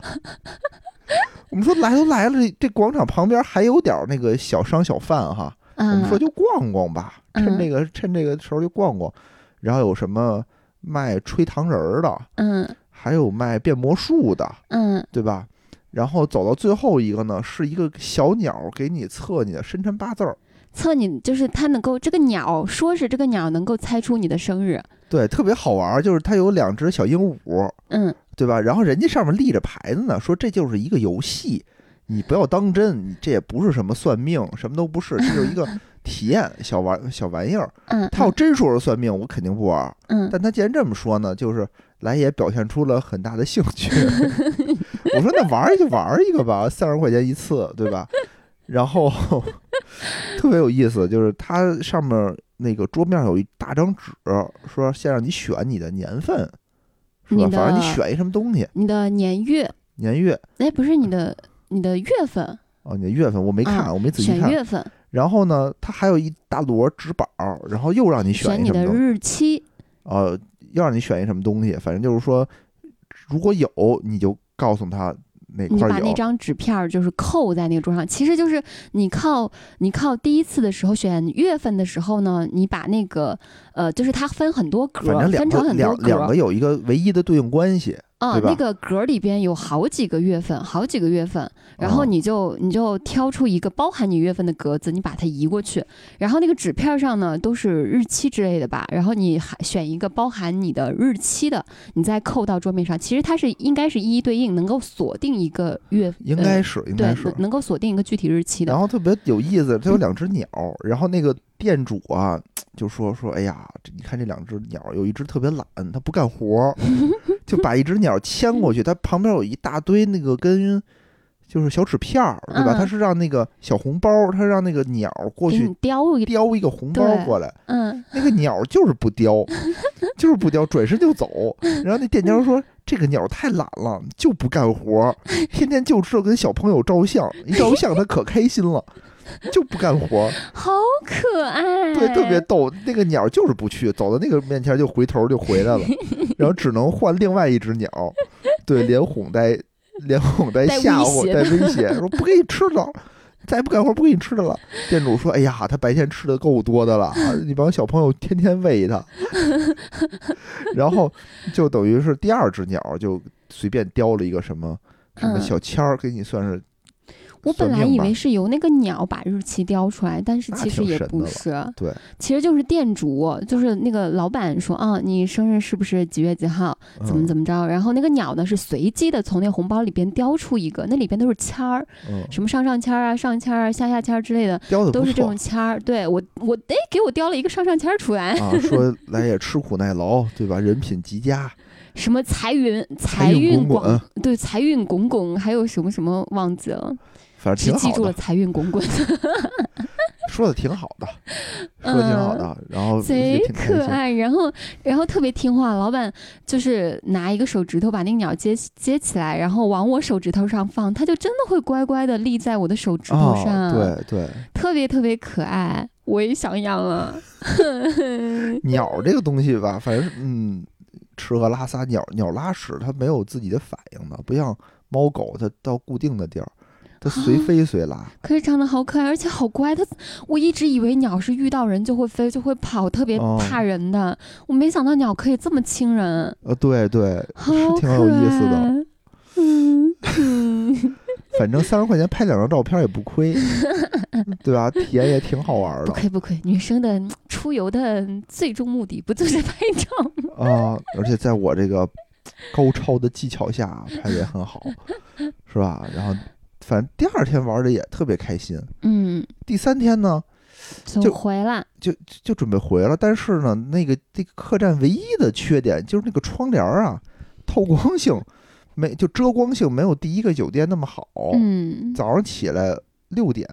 [SPEAKER 2] 我们说来都来了，这这广场旁边还有点那个小商小贩哈， 我
[SPEAKER 3] 啊
[SPEAKER 2] 们说就逛逛吧，
[SPEAKER 3] 嗯
[SPEAKER 2] 趁这个趁这个时候就逛逛，然后有什么卖吹糖人儿的，
[SPEAKER 3] 嗯
[SPEAKER 2] 还有卖变魔术的，
[SPEAKER 3] 嗯
[SPEAKER 2] 对吧？然后走到最后一个呢，是一个小鸟给你测你的生辰八字儿，
[SPEAKER 3] 测你就是它能够这个鸟，说是这个鸟能够猜出你的生日。
[SPEAKER 2] 对，特别好玩儿，就是它有两只小鹦鹉，
[SPEAKER 3] 嗯，
[SPEAKER 2] 对吧？然后人家上面立着牌子呢，说这就是一个游戏，你不要当真，你这也不是什么算命，什么都不是，这就是一个体验小玩小玩意儿。
[SPEAKER 3] 嗯，
[SPEAKER 2] 他要真说是算命，我肯定不玩儿。
[SPEAKER 3] 嗯
[SPEAKER 2] 但他既然这么说呢，就是来也表现出了很大的兴 趣。我说那玩儿就玩儿一个吧，三十块钱一次，对吧？然后特别有意思，就是它上面那个桌面有一大张纸，说先让你选你的年份，是吧？
[SPEAKER 3] 你的
[SPEAKER 2] 反正你选一什么东西，
[SPEAKER 3] 你的年月，
[SPEAKER 2] 年月
[SPEAKER 3] 哎，不是你的你的月份，
[SPEAKER 2] 哦，你的月份我没看，
[SPEAKER 3] 啊
[SPEAKER 2] 我没仔细
[SPEAKER 3] 选
[SPEAKER 2] 看。
[SPEAKER 3] 月份，
[SPEAKER 2] 然后呢，它还有一大摞纸板儿，然后又让你选
[SPEAKER 3] 选
[SPEAKER 2] 一
[SPEAKER 3] 你
[SPEAKER 2] 什么
[SPEAKER 3] 的
[SPEAKER 2] 东西，
[SPEAKER 3] 日期。
[SPEAKER 2] 呃，要让你选一什么东西，反正就是说，如果有你就告诉他哪
[SPEAKER 3] 你
[SPEAKER 2] 块
[SPEAKER 3] 就
[SPEAKER 2] 儿
[SPEAKER 3] 把
[SPEAKER 2] 有
[SPEAKER 3] 那，张纸片儿就是扣在那个桌上，其实就是你靠你靠第一次的时候选月份的时候呢，你把那个呃，就是它分很多格
[SPEAKER 2] 反
[SPEAKER 3] 儿，
[SPEAKER 2] 正两
[SPEAKER 3] 分成
[SPEAKER 2] 个
[SPEAKER 3] 很多
[SPEAKER 2] 两
[SPEAKER 3] 格
[SPEAKER 2] 两
[SPEAKER 3] 儿
[SPEAKER 2] 个，有一个唯一的对应关系，
[SPEAKER 3] 啊，
[SPEAKER 2] 对吧
[SPEAKER 3] 那个格儿里边有好几个月份，好几个月份，然后
[SPEAKER 2] 哦
[SPEAKER 3] 你就、你就挑出一个包含你月份的格子，你把它移过去，然后那个纸片儿上呢都是日期之类的吧，然后你还选一个包含你的日期的，你再扣到桌面上，其实它是应该是一一对应，能够锁定一个月，
[SPEAKER 2] 应
[SPEAKER 3] 呃
[SPEAKER 2] 该是应该
[SPEAKER 3] 对嗯
[SPEAKER 2] 是。，
[SPEAKER 3] 能能够锁定一个具体日期
[SPEAKER 2] 然
[SPEAKER 3] 的。
[SPEAKER 2] 后特别有意思，它有两只鸟，然后那个店主啊就说说，哎呀，这你看这两只鸟，有一只特别懒，它不干活 儿，就把一只鸟牵过去，它旁边有一大堆那个跟就是小纸片儿，对吧？它
[SPEAKER 3] 嗯
[SPEAKER 2] 是让那个小红包，它让那个鸟过
[SPEAKER 3] 给
[SPEAKER 2] 去
[SPEAKER 3] 你雕一个，
[SPEAKER 2] 叼一个红包
[SPEAKER 3] 对
[SPEAKER 2] 过来，
[SPEAKER 3] 嗯，
[SPEAKER 2] 那个鸟就是不叼，就是不叼，转身就走。然后那店家说：“这个鸟太懒了，就不干活儿，天天就知道跟小朋友照相，一照相它可开心了，就不干活儿。
[SPEAKER 3] 好可爱，
[SPEAKER 2] 对，特别逗。那个鸟就是不去，走到那个面前就回头就回 来了，然后只能换另外一只鸟，对，连哄带连哄带
[SPEAKER 3] 带
[SPEAKER 2] 吓
[SPEAKER 3] 威
[SPEAKER 2] 唬
[SPEAKER 3] 胁
[SPEAKER 2] 带 威胁，说不给你吃的。”再不干活不给你吃的了。店主说：“哎呀，他白天吃的够多的了，你帮小朋友天天喂 他。”然后就等于是第二只鸟就随便叼了一个什么什么
[SPEAKER 3] 嗯
[SPEAKER 2] 小签儿，给你算是
[SPEAKER 3] 我本
[SPEAKER 2] 算
[SPEAKER 3] 来
[SPEAKER 2] 命
[SPEAKER 3] 以
[SPEAKER 2] 吧
[SPEAKER 3] 为是由那个鸟把日期雕出来，但是
[SPEAKER 2] 那
[SPEAKER 3] 其实
[SPEAKER 2] 挺
[SPEAKER 3] 也
[SPEAKER 2] 神
[SPEAKER 3] 不
[SPEAKER 2] 的了
[SPEAKER 3] 是，
[SPEAKER 2] 对，
[SPEAKER 3] 其实就是店主，就是那个老板说啊，你生日是不是几月几号，怎么
[SPEAKER 2] 嗯
[SPEAKER 3] 怎么着？然后那个鸟呢是随机的从那红包里边雕出一个，那里边都是签儿，
[SPEAKER 2] 嗯，
[SPEAKER 3] 什么上上签儿啊、上签儿啊、下下签儿之类的，
[SPEAKER 2] 叼的
[SPEAKER 3] 都
[SPEAKER 2] 不
[SPEAKER 3] 是这
[SPEAKER 2] 错
[SPEAKER 3] 种签儿。对我，我哎，给我雕了一个上上签儿出 来，
[SPEAKER 2] 啊，说来也吃苦耐劳，对吧？人品极佳，
[SPEAKER 3] 什么财运
[SPEAKER 2] 财
[SPEAKER 3] 财
[SPEAKER 2] 运嗯
[SPEAKER 3] 运
[SPEAKER 2] 滚滚
[SPEAKER 3] 广，对财运滚滚，还有什么什么忘记了，
[SPEAKER 2] 反正
[SPEAKER 3] 只
[SPEAKER 2] 挺
[SPEAKER 3] 记
[SPEAKER 2] 好
[SPEAKER 3] 住了
[SPEAKER 2] 的，
[SPEAKER 3] 财运滚 滚，
[SPEAKER 2] 说的挺好的，说的挺好
[SPEAKER 3] 嗯
[SPEAKER 2] 的，然后也
[SPEAKER 3] 贼
[SPEAKER 2] 挺开
[SPEAKER 3] 可
[SPEAKER 2] 心。
[SPEAKER 3] 爱，然后然后特别听话，老板就是拿一个手指头把那个鸟接接起来，然后往我手指头上放，它就真的会乖乖的立在我的手指头上，
[SPEAKER 2] 哦，对对，
[SPEAKER 3] 特别特别可爱，我也想养啊了。
[SPEAKER 2] 鸟这个东西吧，反正嗯，吃喝拉撒，鸟鸟拉屎它没有自己的反应的，不像猫狗它到固定的地儿，它随
[SPEAKER 3] 啊
[SPEAKER 2] 飞随拉。
[SPEAKER 3] 可是长得好可爱，而且好乖。它，我一直以为鸟是遇到人就会飞，就会跑，特别
[SPEAKER 2] 哦
[SPEAKER 3] 怕人的。我没想到鸟可以这么亲人，
[SPEAKER 2] 呃，对对，
[SPEAKER 3] 好
[SPEAKER 2] 是挺有
[SPEAKER 3] 可
[SPEAKER 2] 意思的。
[SPEAKER 3] 爱。嗯，
[SPEAKER 2] 反正三十块钱拍两张照片也不 亏，对吧？体验也挺好玩
[SPEAKER 3] 不
[SPEAKER 2] 的
[SPEAKER 3] 亏不亏，女生的嗯出游的最终目的不就是拍照？
[SPEAKER 2] 啊！而且在我这个高超的技巧下啊拍的也很好，是吧？然后反正第二天玩的也特别开心，
[SPEAKER 3] 嗯，
[SPEAKER 2] 第三天呢
[SPEAKER 3] 走
[SPEAKER 2] 就哦
[SPEAKER 3] 回了，
[SPEAKER 2] 就准备回了，但是呢，那个这个客栈唯一的缺点就是那个窗帘儿啊，透光性没就遮光性没有第一个酒店那么好。
[SPEAKER 3] 嗯，
[SPEAKER 2] 早上起来六点，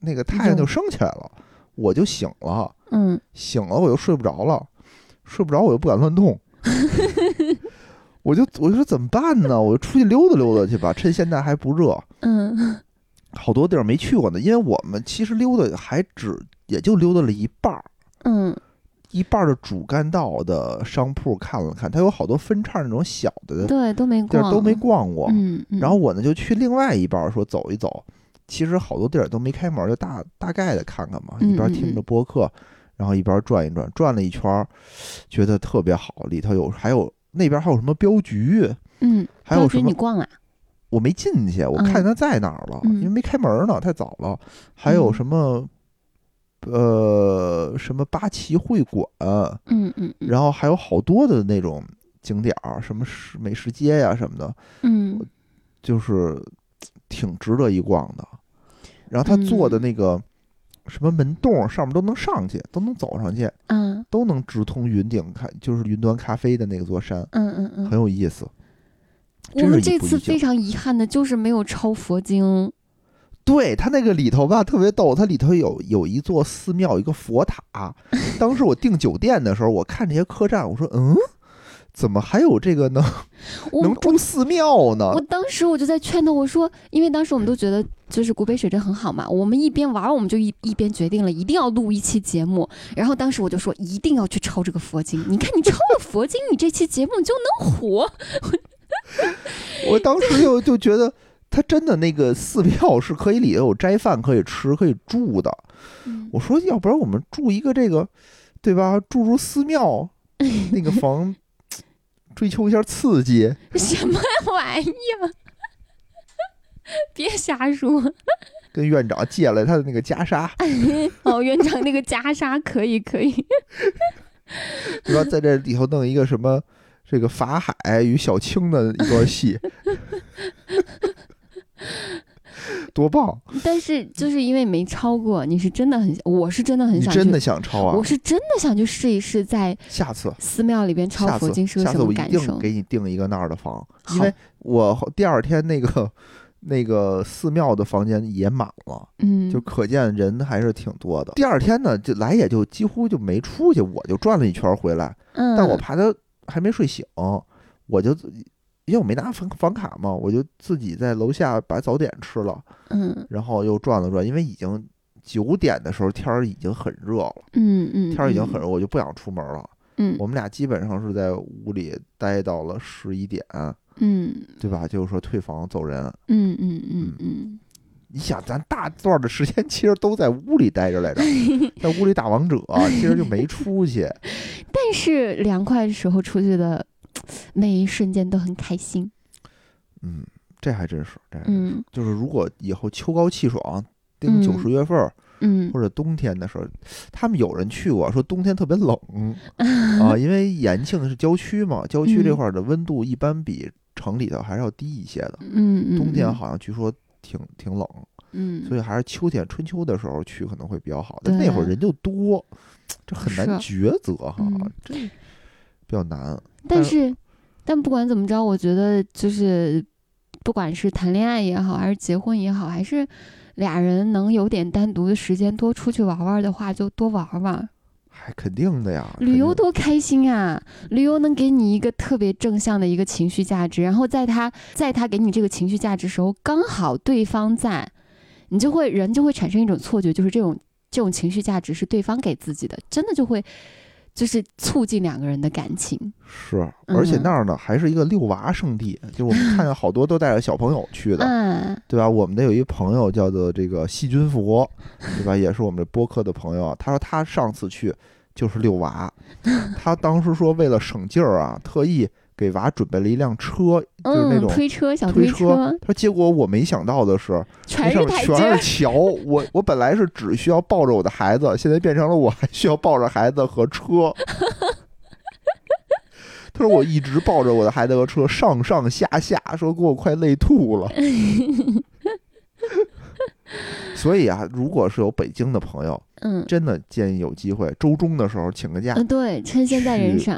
[SPEAKER 2] 那个太阳就
[SPEAKER 3] 哟
[SPEAKER 2] 升起来了，我就醒了，
[SPEAKER 3] 嗯，
[SPEAKER 2] 醒了我又睡不着了，睡不着我又不敢乱 动，我就我就说怎么办呢？我就出去溜达溜达去吧，趁现在还不热，
[SPEAKER 3] 嗯，
[SPEAKER 2] 好多地儿没去过呢，因为我们其实溜达还只也就溜达了一半儿。
[SPEAKER 3] 嗯，
[SPEAKER 2] 一半儿的主干道的商铺看了看，它有好多分叉那种小的
[SPEAKER 3] 对，都没
[SPEAKER 2] 地儿
[SPEAKER 3] 逛，
[SPEAKER 2] 呃都没逛过。
[SPEAKER 3] 嗯，嗯，
[SPEAKER 2] 然后我呢就去另外一半儿说走一走，其实好多地儿都没开门儿，就大大概的看看嘛，
[SPEAKER 3] 嗯
[SPEAKER 2] 一边
[SPEAKER 3] 嗯
[SPEAKER 2] 听
[SPEAKER 3] 嗯
[SPEAKER 2] 着播客，然后一边转一转，转了一圈儿，觉得特别好。里头有还有那边还有什么镖局，
[SPEAKER 3] 嗯，
[SPEAKER 2] 还有
[SPEAKER 3] 镖
[SPEAKER 2] 什
[SPEAKER 3] 局
[SPEAKER 2] 么
[SPEAKER 3] 你逛了？
[SPEAKER 2] 我没进去，我看他在哪儿了，
[SPEAKER 3] 嗯
[SPEAKER 2] 因为没开门儿呢，太早了。还有
[SPEAKER 3] 嗯
[SPEAKER 2] 什么、呃什么八旗会馆。
[SPEAKER 3] 嗯嗯嗯
[SPEAKER 2] 然后还有好多的那种景点儿，什么食美食街呀、什么的，
[SPEAKER 3] 嗯
[SPEAKER 2] 就是挺值得一逛的。然后
[SPEAKER 3] 嗯
[SPEAKER 2] 他做的那个什么门洞上面都能上去，都能走上去，
[SPEAKER 3] 嗯
[SPEAKER 2] 都能直通云顶咖，就是云端咖啡的那座山，
[SPEAKER 3] 嗯嗯嗯
[SPEAKER 2] 很，有意思。
[SPEAKER 3] 我们
[SPEAKER 2] 真是一
[SPEAKER 3] 这
[SPEAKER 2] 步
[SPEAKER 3] 次
[SPEAKER 2] 一
[SPEAKER 3] 非
[SPEAKER 2] 脚
[SPEAKER 3] 常遗憾的就是没有抄佛经。
[SPEAKER 2] 对它那个里头吧，特别逗，它里头有有一座寺庙，一个佛 塔。当时我订酒店的时候，我看这些客栈，我说嗯，怎么还有这个能
[SPEAKER 3] 我
[SPEAKER 2] 能住寺庙呢？
[SPEAKER 3] 我当时我就在劝他，我说，因为当时我们都觉得就是古北水镇很好嘛，我们一边玩儿我们就一一边决定了一定要录一期节目。然后当时我就说一定要去抄这个佛经，你看你抄了佛经，你这期节目就能火。
[SPEAKER 2] 我当时就就觉得，他真的那个寺庙是可以里头有斋饭可以吃可以住的。
[SPEAKER 3] 嗯
[SPEAKER 2] 我说，要不然我们住一个这个，对吧？住住寺 庙那个房，追求一下刺激。
[SPEAKER 3] 什么玩意儿？ 别瞎说
[SPEAKER 2] 跟院长借了他的那个袈裟，
[SPEAKER 3] 哦，院长那个袈裟可以可 以，
[SPEAKER 2] 对吧？在这里头弄一个什么这个法海与小青的一段戏，多棒！
[SPEAKER 3] 但是就是因为没抄过，你是真的很，我是真的很
[SPEAKER 2] 你
[SPEAKER 3] 想
[SPEAKER 2] 真的
[SPEAKER 3] 去，
[SPEAKER 2] 想抄
[SPEAKER 3] 我
[SPEAKER 2] 啊？
[SPEAKER 3] 是真的想去试一试在
[SPEAKER 2] 下次
[SPEAKER 3] 寺庙里边
[SPEAKER 2] 下
[SPEAKER 3] 抄佛
[SPEAKER 2] 次
[SPEAKER 3] 经是个
[SPEAKER 2] 下
[SPEAKER 3] 什
[SPEAKER 2] 次我
[SPEAKER 3] 么
[SPEAKER 2] 一
[SPEAKER 3] 感
[SPEAKER 2] 定
[SPEAKER 3] 受？
[SPEAKER 2] 给你订一个那儿的房，
[SPEAKER 3] 好
[SPEAKER 2] 因为我后第二天那个那个寺庙的房间也满了，
[SPEAKER 3] 嗯，
[SPEAKER 2] 就可见人还是挺多的。第二天呢，就来也就几乎就没出去，我就转了一圈回来，
[SPEAKER 3] 嗯，
[SPEAKER 2] 但我怕他还没睡醒，我就自己因为我没拿房房卡嘛，我就自己在楼下把早点吃了，
[SPEAKER 3] 嗯
[SPEAKER 2] 然后又转了转，因为已经九点的时候天儿已经很热了，
[SPEAKER 3] 嗯嗯，
[SPEAKER 2] 天儿已经很
[SPEAKER 3] 嗯
[SPEAKER 2] 热，我就不想出门了。
[SPEAKER 3] 嗯
[SPEAKER 2] 我们俩基本上是在屋里待到了十一点，
[SPEAKER 3] 嗯
[SPEAKER 2] 对吧？就是说退房走人。
[SPEAKER 3] 嗯嗯嗯嗯，
[SPEAKER 2] 你想，咱大段的时间其实都在屋里待着来着，在屋里打王者，啊其实就没出去。
[SPEAKER 3] 但是凉快的时候出去的每一瞬间都很开心。
[SPEAKER 2] 嗯，这还真是，这还真是
[SPEAKER 3] 嗯
[SPEAKER 2] 就是如果以后秋高气爽，定九
[SPEAKER 3] 嗯
[SPEAKER 2] 十月份儿、
[SPEAKER 3] 嗯
[SPEAKER 2] 或者冬天的时候，他们有人去过，说冬天特别 冷啊，因为延庆是郊区嘛，郊区这
[SPEAKER 3] 嗯
[SPEAKER 2] 块儿的温度一般比城里头还是要低一些的，
[SPEAKER 3] 嗯嗯，
[SPEAKER 2] 冬天
[SPEAKER 3] 嗯，
[SPEAKER 2] 好像据说挺挺冷。
[SPEAKER 3] 嗯，
[SPEAKER 2] 所
[SPEAKER 3] 以
[SPEAKER 2] 以还是秋天、春秋的时候去可能会比较好。但那
[SPEAKER 3] 对
[SPEAKER 2] 会儿人就多，这很难抉择哈
[SPEAKER 3] 嗯，
[SPEAKER 2] 这比较难。
[SPEAKER 3] 但
[SPEAKER 2] 但
[SPEAKER 3] 是但不管怎么着，我觉得就是不管是谈恋爱也好，还是结婚也好，还是俩人能有点单独的时间多出去玩玩的话，就多玩玩。
[SPEAKER 2] 还肯定的呀，
[SPEAKER 3] 旅游
[SPEAKER 2] 肯定
[SPEAKER 3] 多开心啊！旅游能给你一个特别正向的一个情绪价值，然后在他在他给你这个情绪价值时候，刚好对方在，你就会人就会产生一种错觉，就是这种这种情绪价值是对方给自己的，真的就会就是促进两个人的感情。
[SPEAKER 2] 是，而且
[SPEAKER 3] 嗯
[SPEAKER 2] 那儿呢还是一个遛娃圣地，就我 们看见好多都带着小朋友去的，
[SPEAKER 3] 啊，
[SPEAKER 2] 对吧？我们的有一朋友叫做这个细菌佛，对吧？也是我们这播客的朋友啊，他说他上次去就是遛娃，他当时说为了省劲儿啊，特意。给娃准备了一辆车，就是那
[SPEAKER 3] 嗯，
[SPEAKER 2] 种
[SPEAKER 3] 推车小
[SPEAKER 2] 推
[SPEAKER 3] 车，
[SPEAKER 2] 他说结果我没想到的是，那
[SPEAKER 3] 全
[SPEAKER 2] 上
[SPEAKER 3] 是
[SPEAKER 2] 面
[SPEAKER 3] 台
[SPEAKER 2] 全
[SPEAKER 3] 阶，
[SPEAKER 2] 是桥，我我本来是只需要抱着我的孩子，现在变成了我还需要抱着孩子和车。他说我一直抱着我的孩子和车上上下下，说给我快累吐了。 所以啊，如果是有北京的朋友，
[SPEAKER 3] 嗯
[SPEAKER 2] 真的建议有机会周中的时候请个假。
[SPEAKER 3] 嗯，对，趁现在人
[SPEAKER 2] 去
[SPEAKER 3] 少，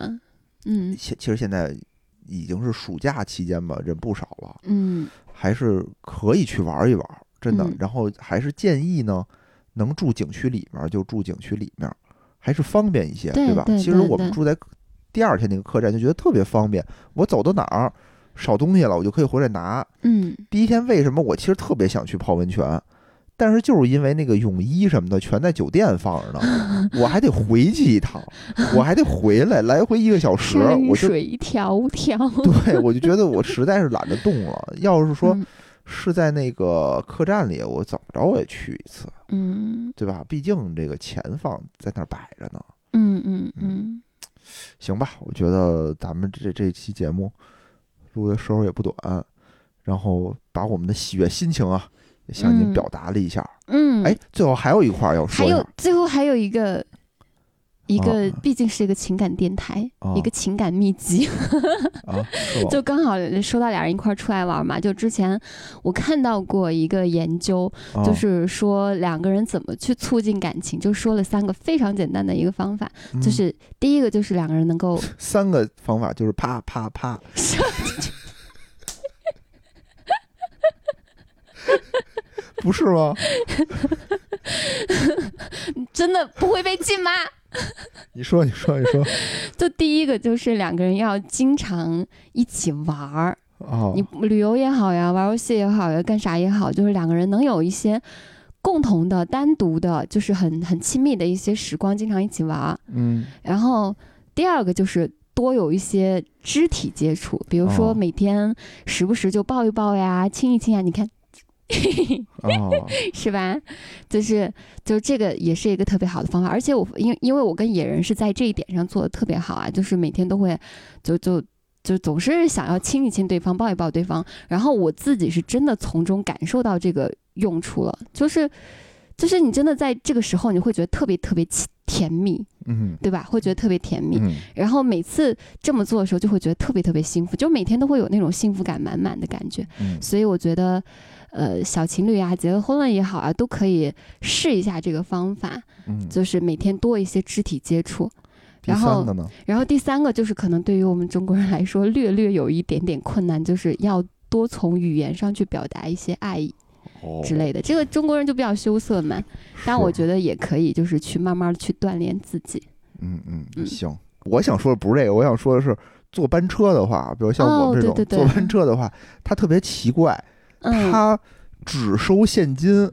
[SPEAKER 3] 嗯
[SPEAKER 2] 现其实现在已经是暑假期间吧，人不少了。
[SPEAKER 3] 嗯
[SPEAKER 2] 还是可以去玩一玩，真的。
[SPEAKER 3] 嗯
[SPEAKER 2] 然后还是建议呢，能住景区里面儿就住景区里面儿，还是方便一些，
[SPEAKER 3] 对
[SPEAKER 2] 吧？
[SPEAKER 3] 对
[SPEAKER 2] 其实
[SPEAKER 3] 对
[SPEAKER 2] 我们
[SPEAKER 3] 对
[SPEAKER 2] 住在第二天那个客栈就觉得特别方便，我走到哪儿少东西了，我就可以回来拿。
[SPEAKER 3] 嗯
[SPEAKER 2] 第一天为什么我其实特别想去泡温泉？但是就是因为那个泳衣什么的全在酒店放着 呢，我还得回去一趟，我还得回来，来回一个小 时，
[SPEAKER 3] 山
[SPEAKER 2] 我就
[SPEAKER 3] 水迢迢，
[SPEAKER 2] 对我就觉得我实在是懒得动了。要是说
[SPEAKER 3] 嗯
[SPEAKER 2] 是在那个客栈里，我怎么着我也去一次，
[SPEAKER 3] 嗯
[SPEAKER 2] 对吧？毕竟这个钱放在那儿摆着呢。
[SPEAKER 3] 嗯嗯嗯，
[SPEAKER 2] 行吧，我觉得咱们这这期节目录的时候也不短，然后把我们的喜悦心情啊，也向您
[SPEAKER 3] 嗯
[SPEAKER 2] 表达了一下。
[SPEAKER 3] 嗯，
[SPEAKER 2] 哎，最后还有一块儿要
[SPEAKER 3] 还
[SPEAKER 2] 说一下
[SPEAKER 3] 有，最后还有一个。一个
[SPEAKER 2] 啊
[SPEAKER 3] 毕竟是一个情感电台，
[SPEAKER 2] 啊
[SPEAKER 3] 一个情感秘籍，
[SPEAKER 2] 啊，是吗
[SPEAKER 3] 就刚好说到俩人一块儿出来玩嘛。就之前我看到过一个研究，
[SPEAKER 2] 啊
[SPEAKER 3] 就是说两个人怎么去促进感情，就说了三个非常简单的一个方法，就
[SPEAKER 2] 嗯
[SPEAKER 3] 是第一个就是两个人能够
[SPEAKER 2] 三个方法，就是啪啪啪， 不是吗？
[SPEAKER 3] 真的不会被禁吗？
[SPEAKER 2] 你说，你说，你说
[SPEAKER 3] 就第一个就是两个人要经常一起玩儿，
[SPEAKER 2] 啊，
[SPEAKER 3] 你旅游也好呀，玩游戏也好呀，干啥也好，就是两个人能有一些共同的、单独的，就是很很亲密的一些时光，经常一起玩儿。
[SPEAKER 2] 嗯
[SPEAKER 3] 然后第二个就是多有一些肢体接触，比如
[SPEAKER 2] 哦
[SPEAKER 3] 说每天时不时就抱一抱呀，亲一亲呀，你看
[SPEAKER 2] 啊，
[SPEAKER 3] 是吧？就是就是这个也是一个特别好的方法，而且我因为因为我跟野人是在这一点上做的特别好啊，就是每天都会就就。就总是想要亲一亲对方，抱一抱对方，然后我自己是真的从中感受到这个用处了，就是，就是你真的在这个时候，你会觉得特别特别亲甜蜜，
[SPEAKER 2] 嗯
[SPEAKER 3] 对吧？会觉得特别甜蜜，
[SPEAKER 2] 嗯，
[SPEAKER 3] 然后每次这么做的时候，就会觉得特别特别幸福，就每天都会有那种幸福感满满的感觉。
[SPEAKER 2] 嗯
[SPEAKER 3] 所以我觉得，呃，小情侣啊，结了婚了也好啊，都可以试一下这个方法，
[SPEAKER 2] 嗯，
[SPEAKER 3] 就是每天多一些肢体接触。
[SPEAKER 2] 第
[SPEAKER 3] 然
[SPEAKER 2] 三
[SPEAKER 3] 后
[SPEAKER 2] 个呢？
[SPEAKER 3] 然后第三个就是，可能对于我们中国人来说，略略有一点点困难，就是要多从语言上去表达一些爱意之类的。这个中国人就比较羞涩嘛，但我
[SPEAKER 2] 得，
[SPEAKER 3] 觉得也可以，就是去慢慢地去锻炼自己。
[SPEAKER 2] 嗯嗯，
[SPEAKER 3] 嗯
[SPEAKER 2] 行。我想说的不是这个，我想说的是，坐班车的话，比如像我
[SPEAKER 3] 哦
[SPEAKER 2] 们这
[SPEAKER 3] 对
[SPEAKER 2] 种
[SPEAKER 3] 对对
[SPEAKER 2] 坐班车的话，它特别奇怪，
[SPEAKER 3] 嗯，
[SPEAKER 2] 它只收现金，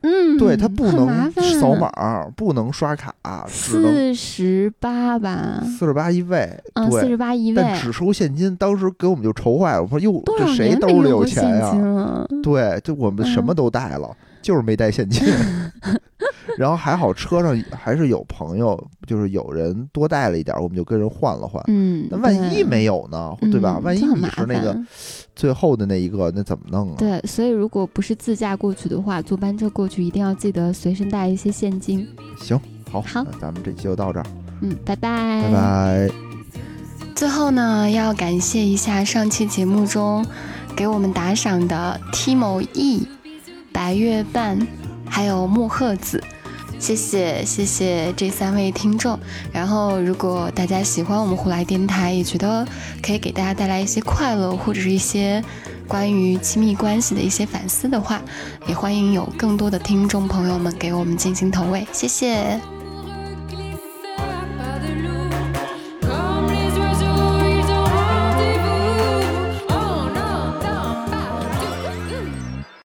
[SPEAKER 3] 嗯，
[SPEAKER 2] 对，它不
[SPEAKER 3] 很
[SPEAKER 2] 能
[SPEAKER 3] 麻烦啊
[SPEAKER 2] 扫码，不能刷卡，只能
[SPEAKER 3] 四十八吧，
[SPEAKER 2] 四十八一位，
[SPEAKER 3] 嗯，四
[SPEAKER 2] 对。
[SPEAKER 3] 十八一位，
[SPEAKER 2] 但只收现金，当时给我们就愁坏了。我说：“哟，
[SPEAKER 3] 多
[SPEAKER 2] 这
[SPEAKER 3] 少
[SPEAKER 2] 谁
[SPEAKER 3] 年
[SPEAKER 2] 兜
[SPEAKER 3] 没
[SPEAKER 2] 里
[SPEAKER 3] 用
[SPEAKER 2] 有
[SPEAKER 3] 过
[SPEAKER 2] 钱啊
[SPEAKER 3] 现
[SPEAKER 2] 呀、
[SPEAKER 3] 金了？
[SPEAKER 2] 对，就我们什么
[SPEAKER 3] 嗯
[SPEAKER 2] 都带了，就是没带 现金。然后还好车上还是有朋友，就是有人多带了一点儿，我们就跟人换了换。
[SPEAKER 3] 嗯，
[SPEAKER 2] 那万
[SPEAKER 3] 对
[SPEAKER 2] 一没有呢，对吧？
[SPEAKER 3] 嗯
[SPEAKER 2] 万一
[SPEAKER 3] 就很
[SPEAKER 2] 你
[SPEAKER 3] 麻
[SPEAKER 2] 是那个
[SPEAKER 3] 烦
[SPEAKER 2] 最后的那一个，那怎么弄啊？
[SPEAKER 3] 对，所以如果不是自驾过去的话，坐班车过去一定要记得随身带一些现金。
[SPEAKER 2] 行，好，
[SPEAKER 3] 好
[SPEAKER 2] 那咱们这期就到这儿，
[SPEAKER 3] 嗯，拜拜，
[SPEAKER 2] 拜拜。
[SPEAKER 3] 最后呢，要感谢一下上期节目中给我们打赏的 Timo E、白月半，还有木鹤子，谢谢谢谢这三位听众。然后，如果大家喜欢我们胡来电台，也觉得可以给大家带来一些快乐，或者是一些关于亲密关系的一些反思的话，也欢迎有更多的听众朋友们给我们进行投喂，谢谢。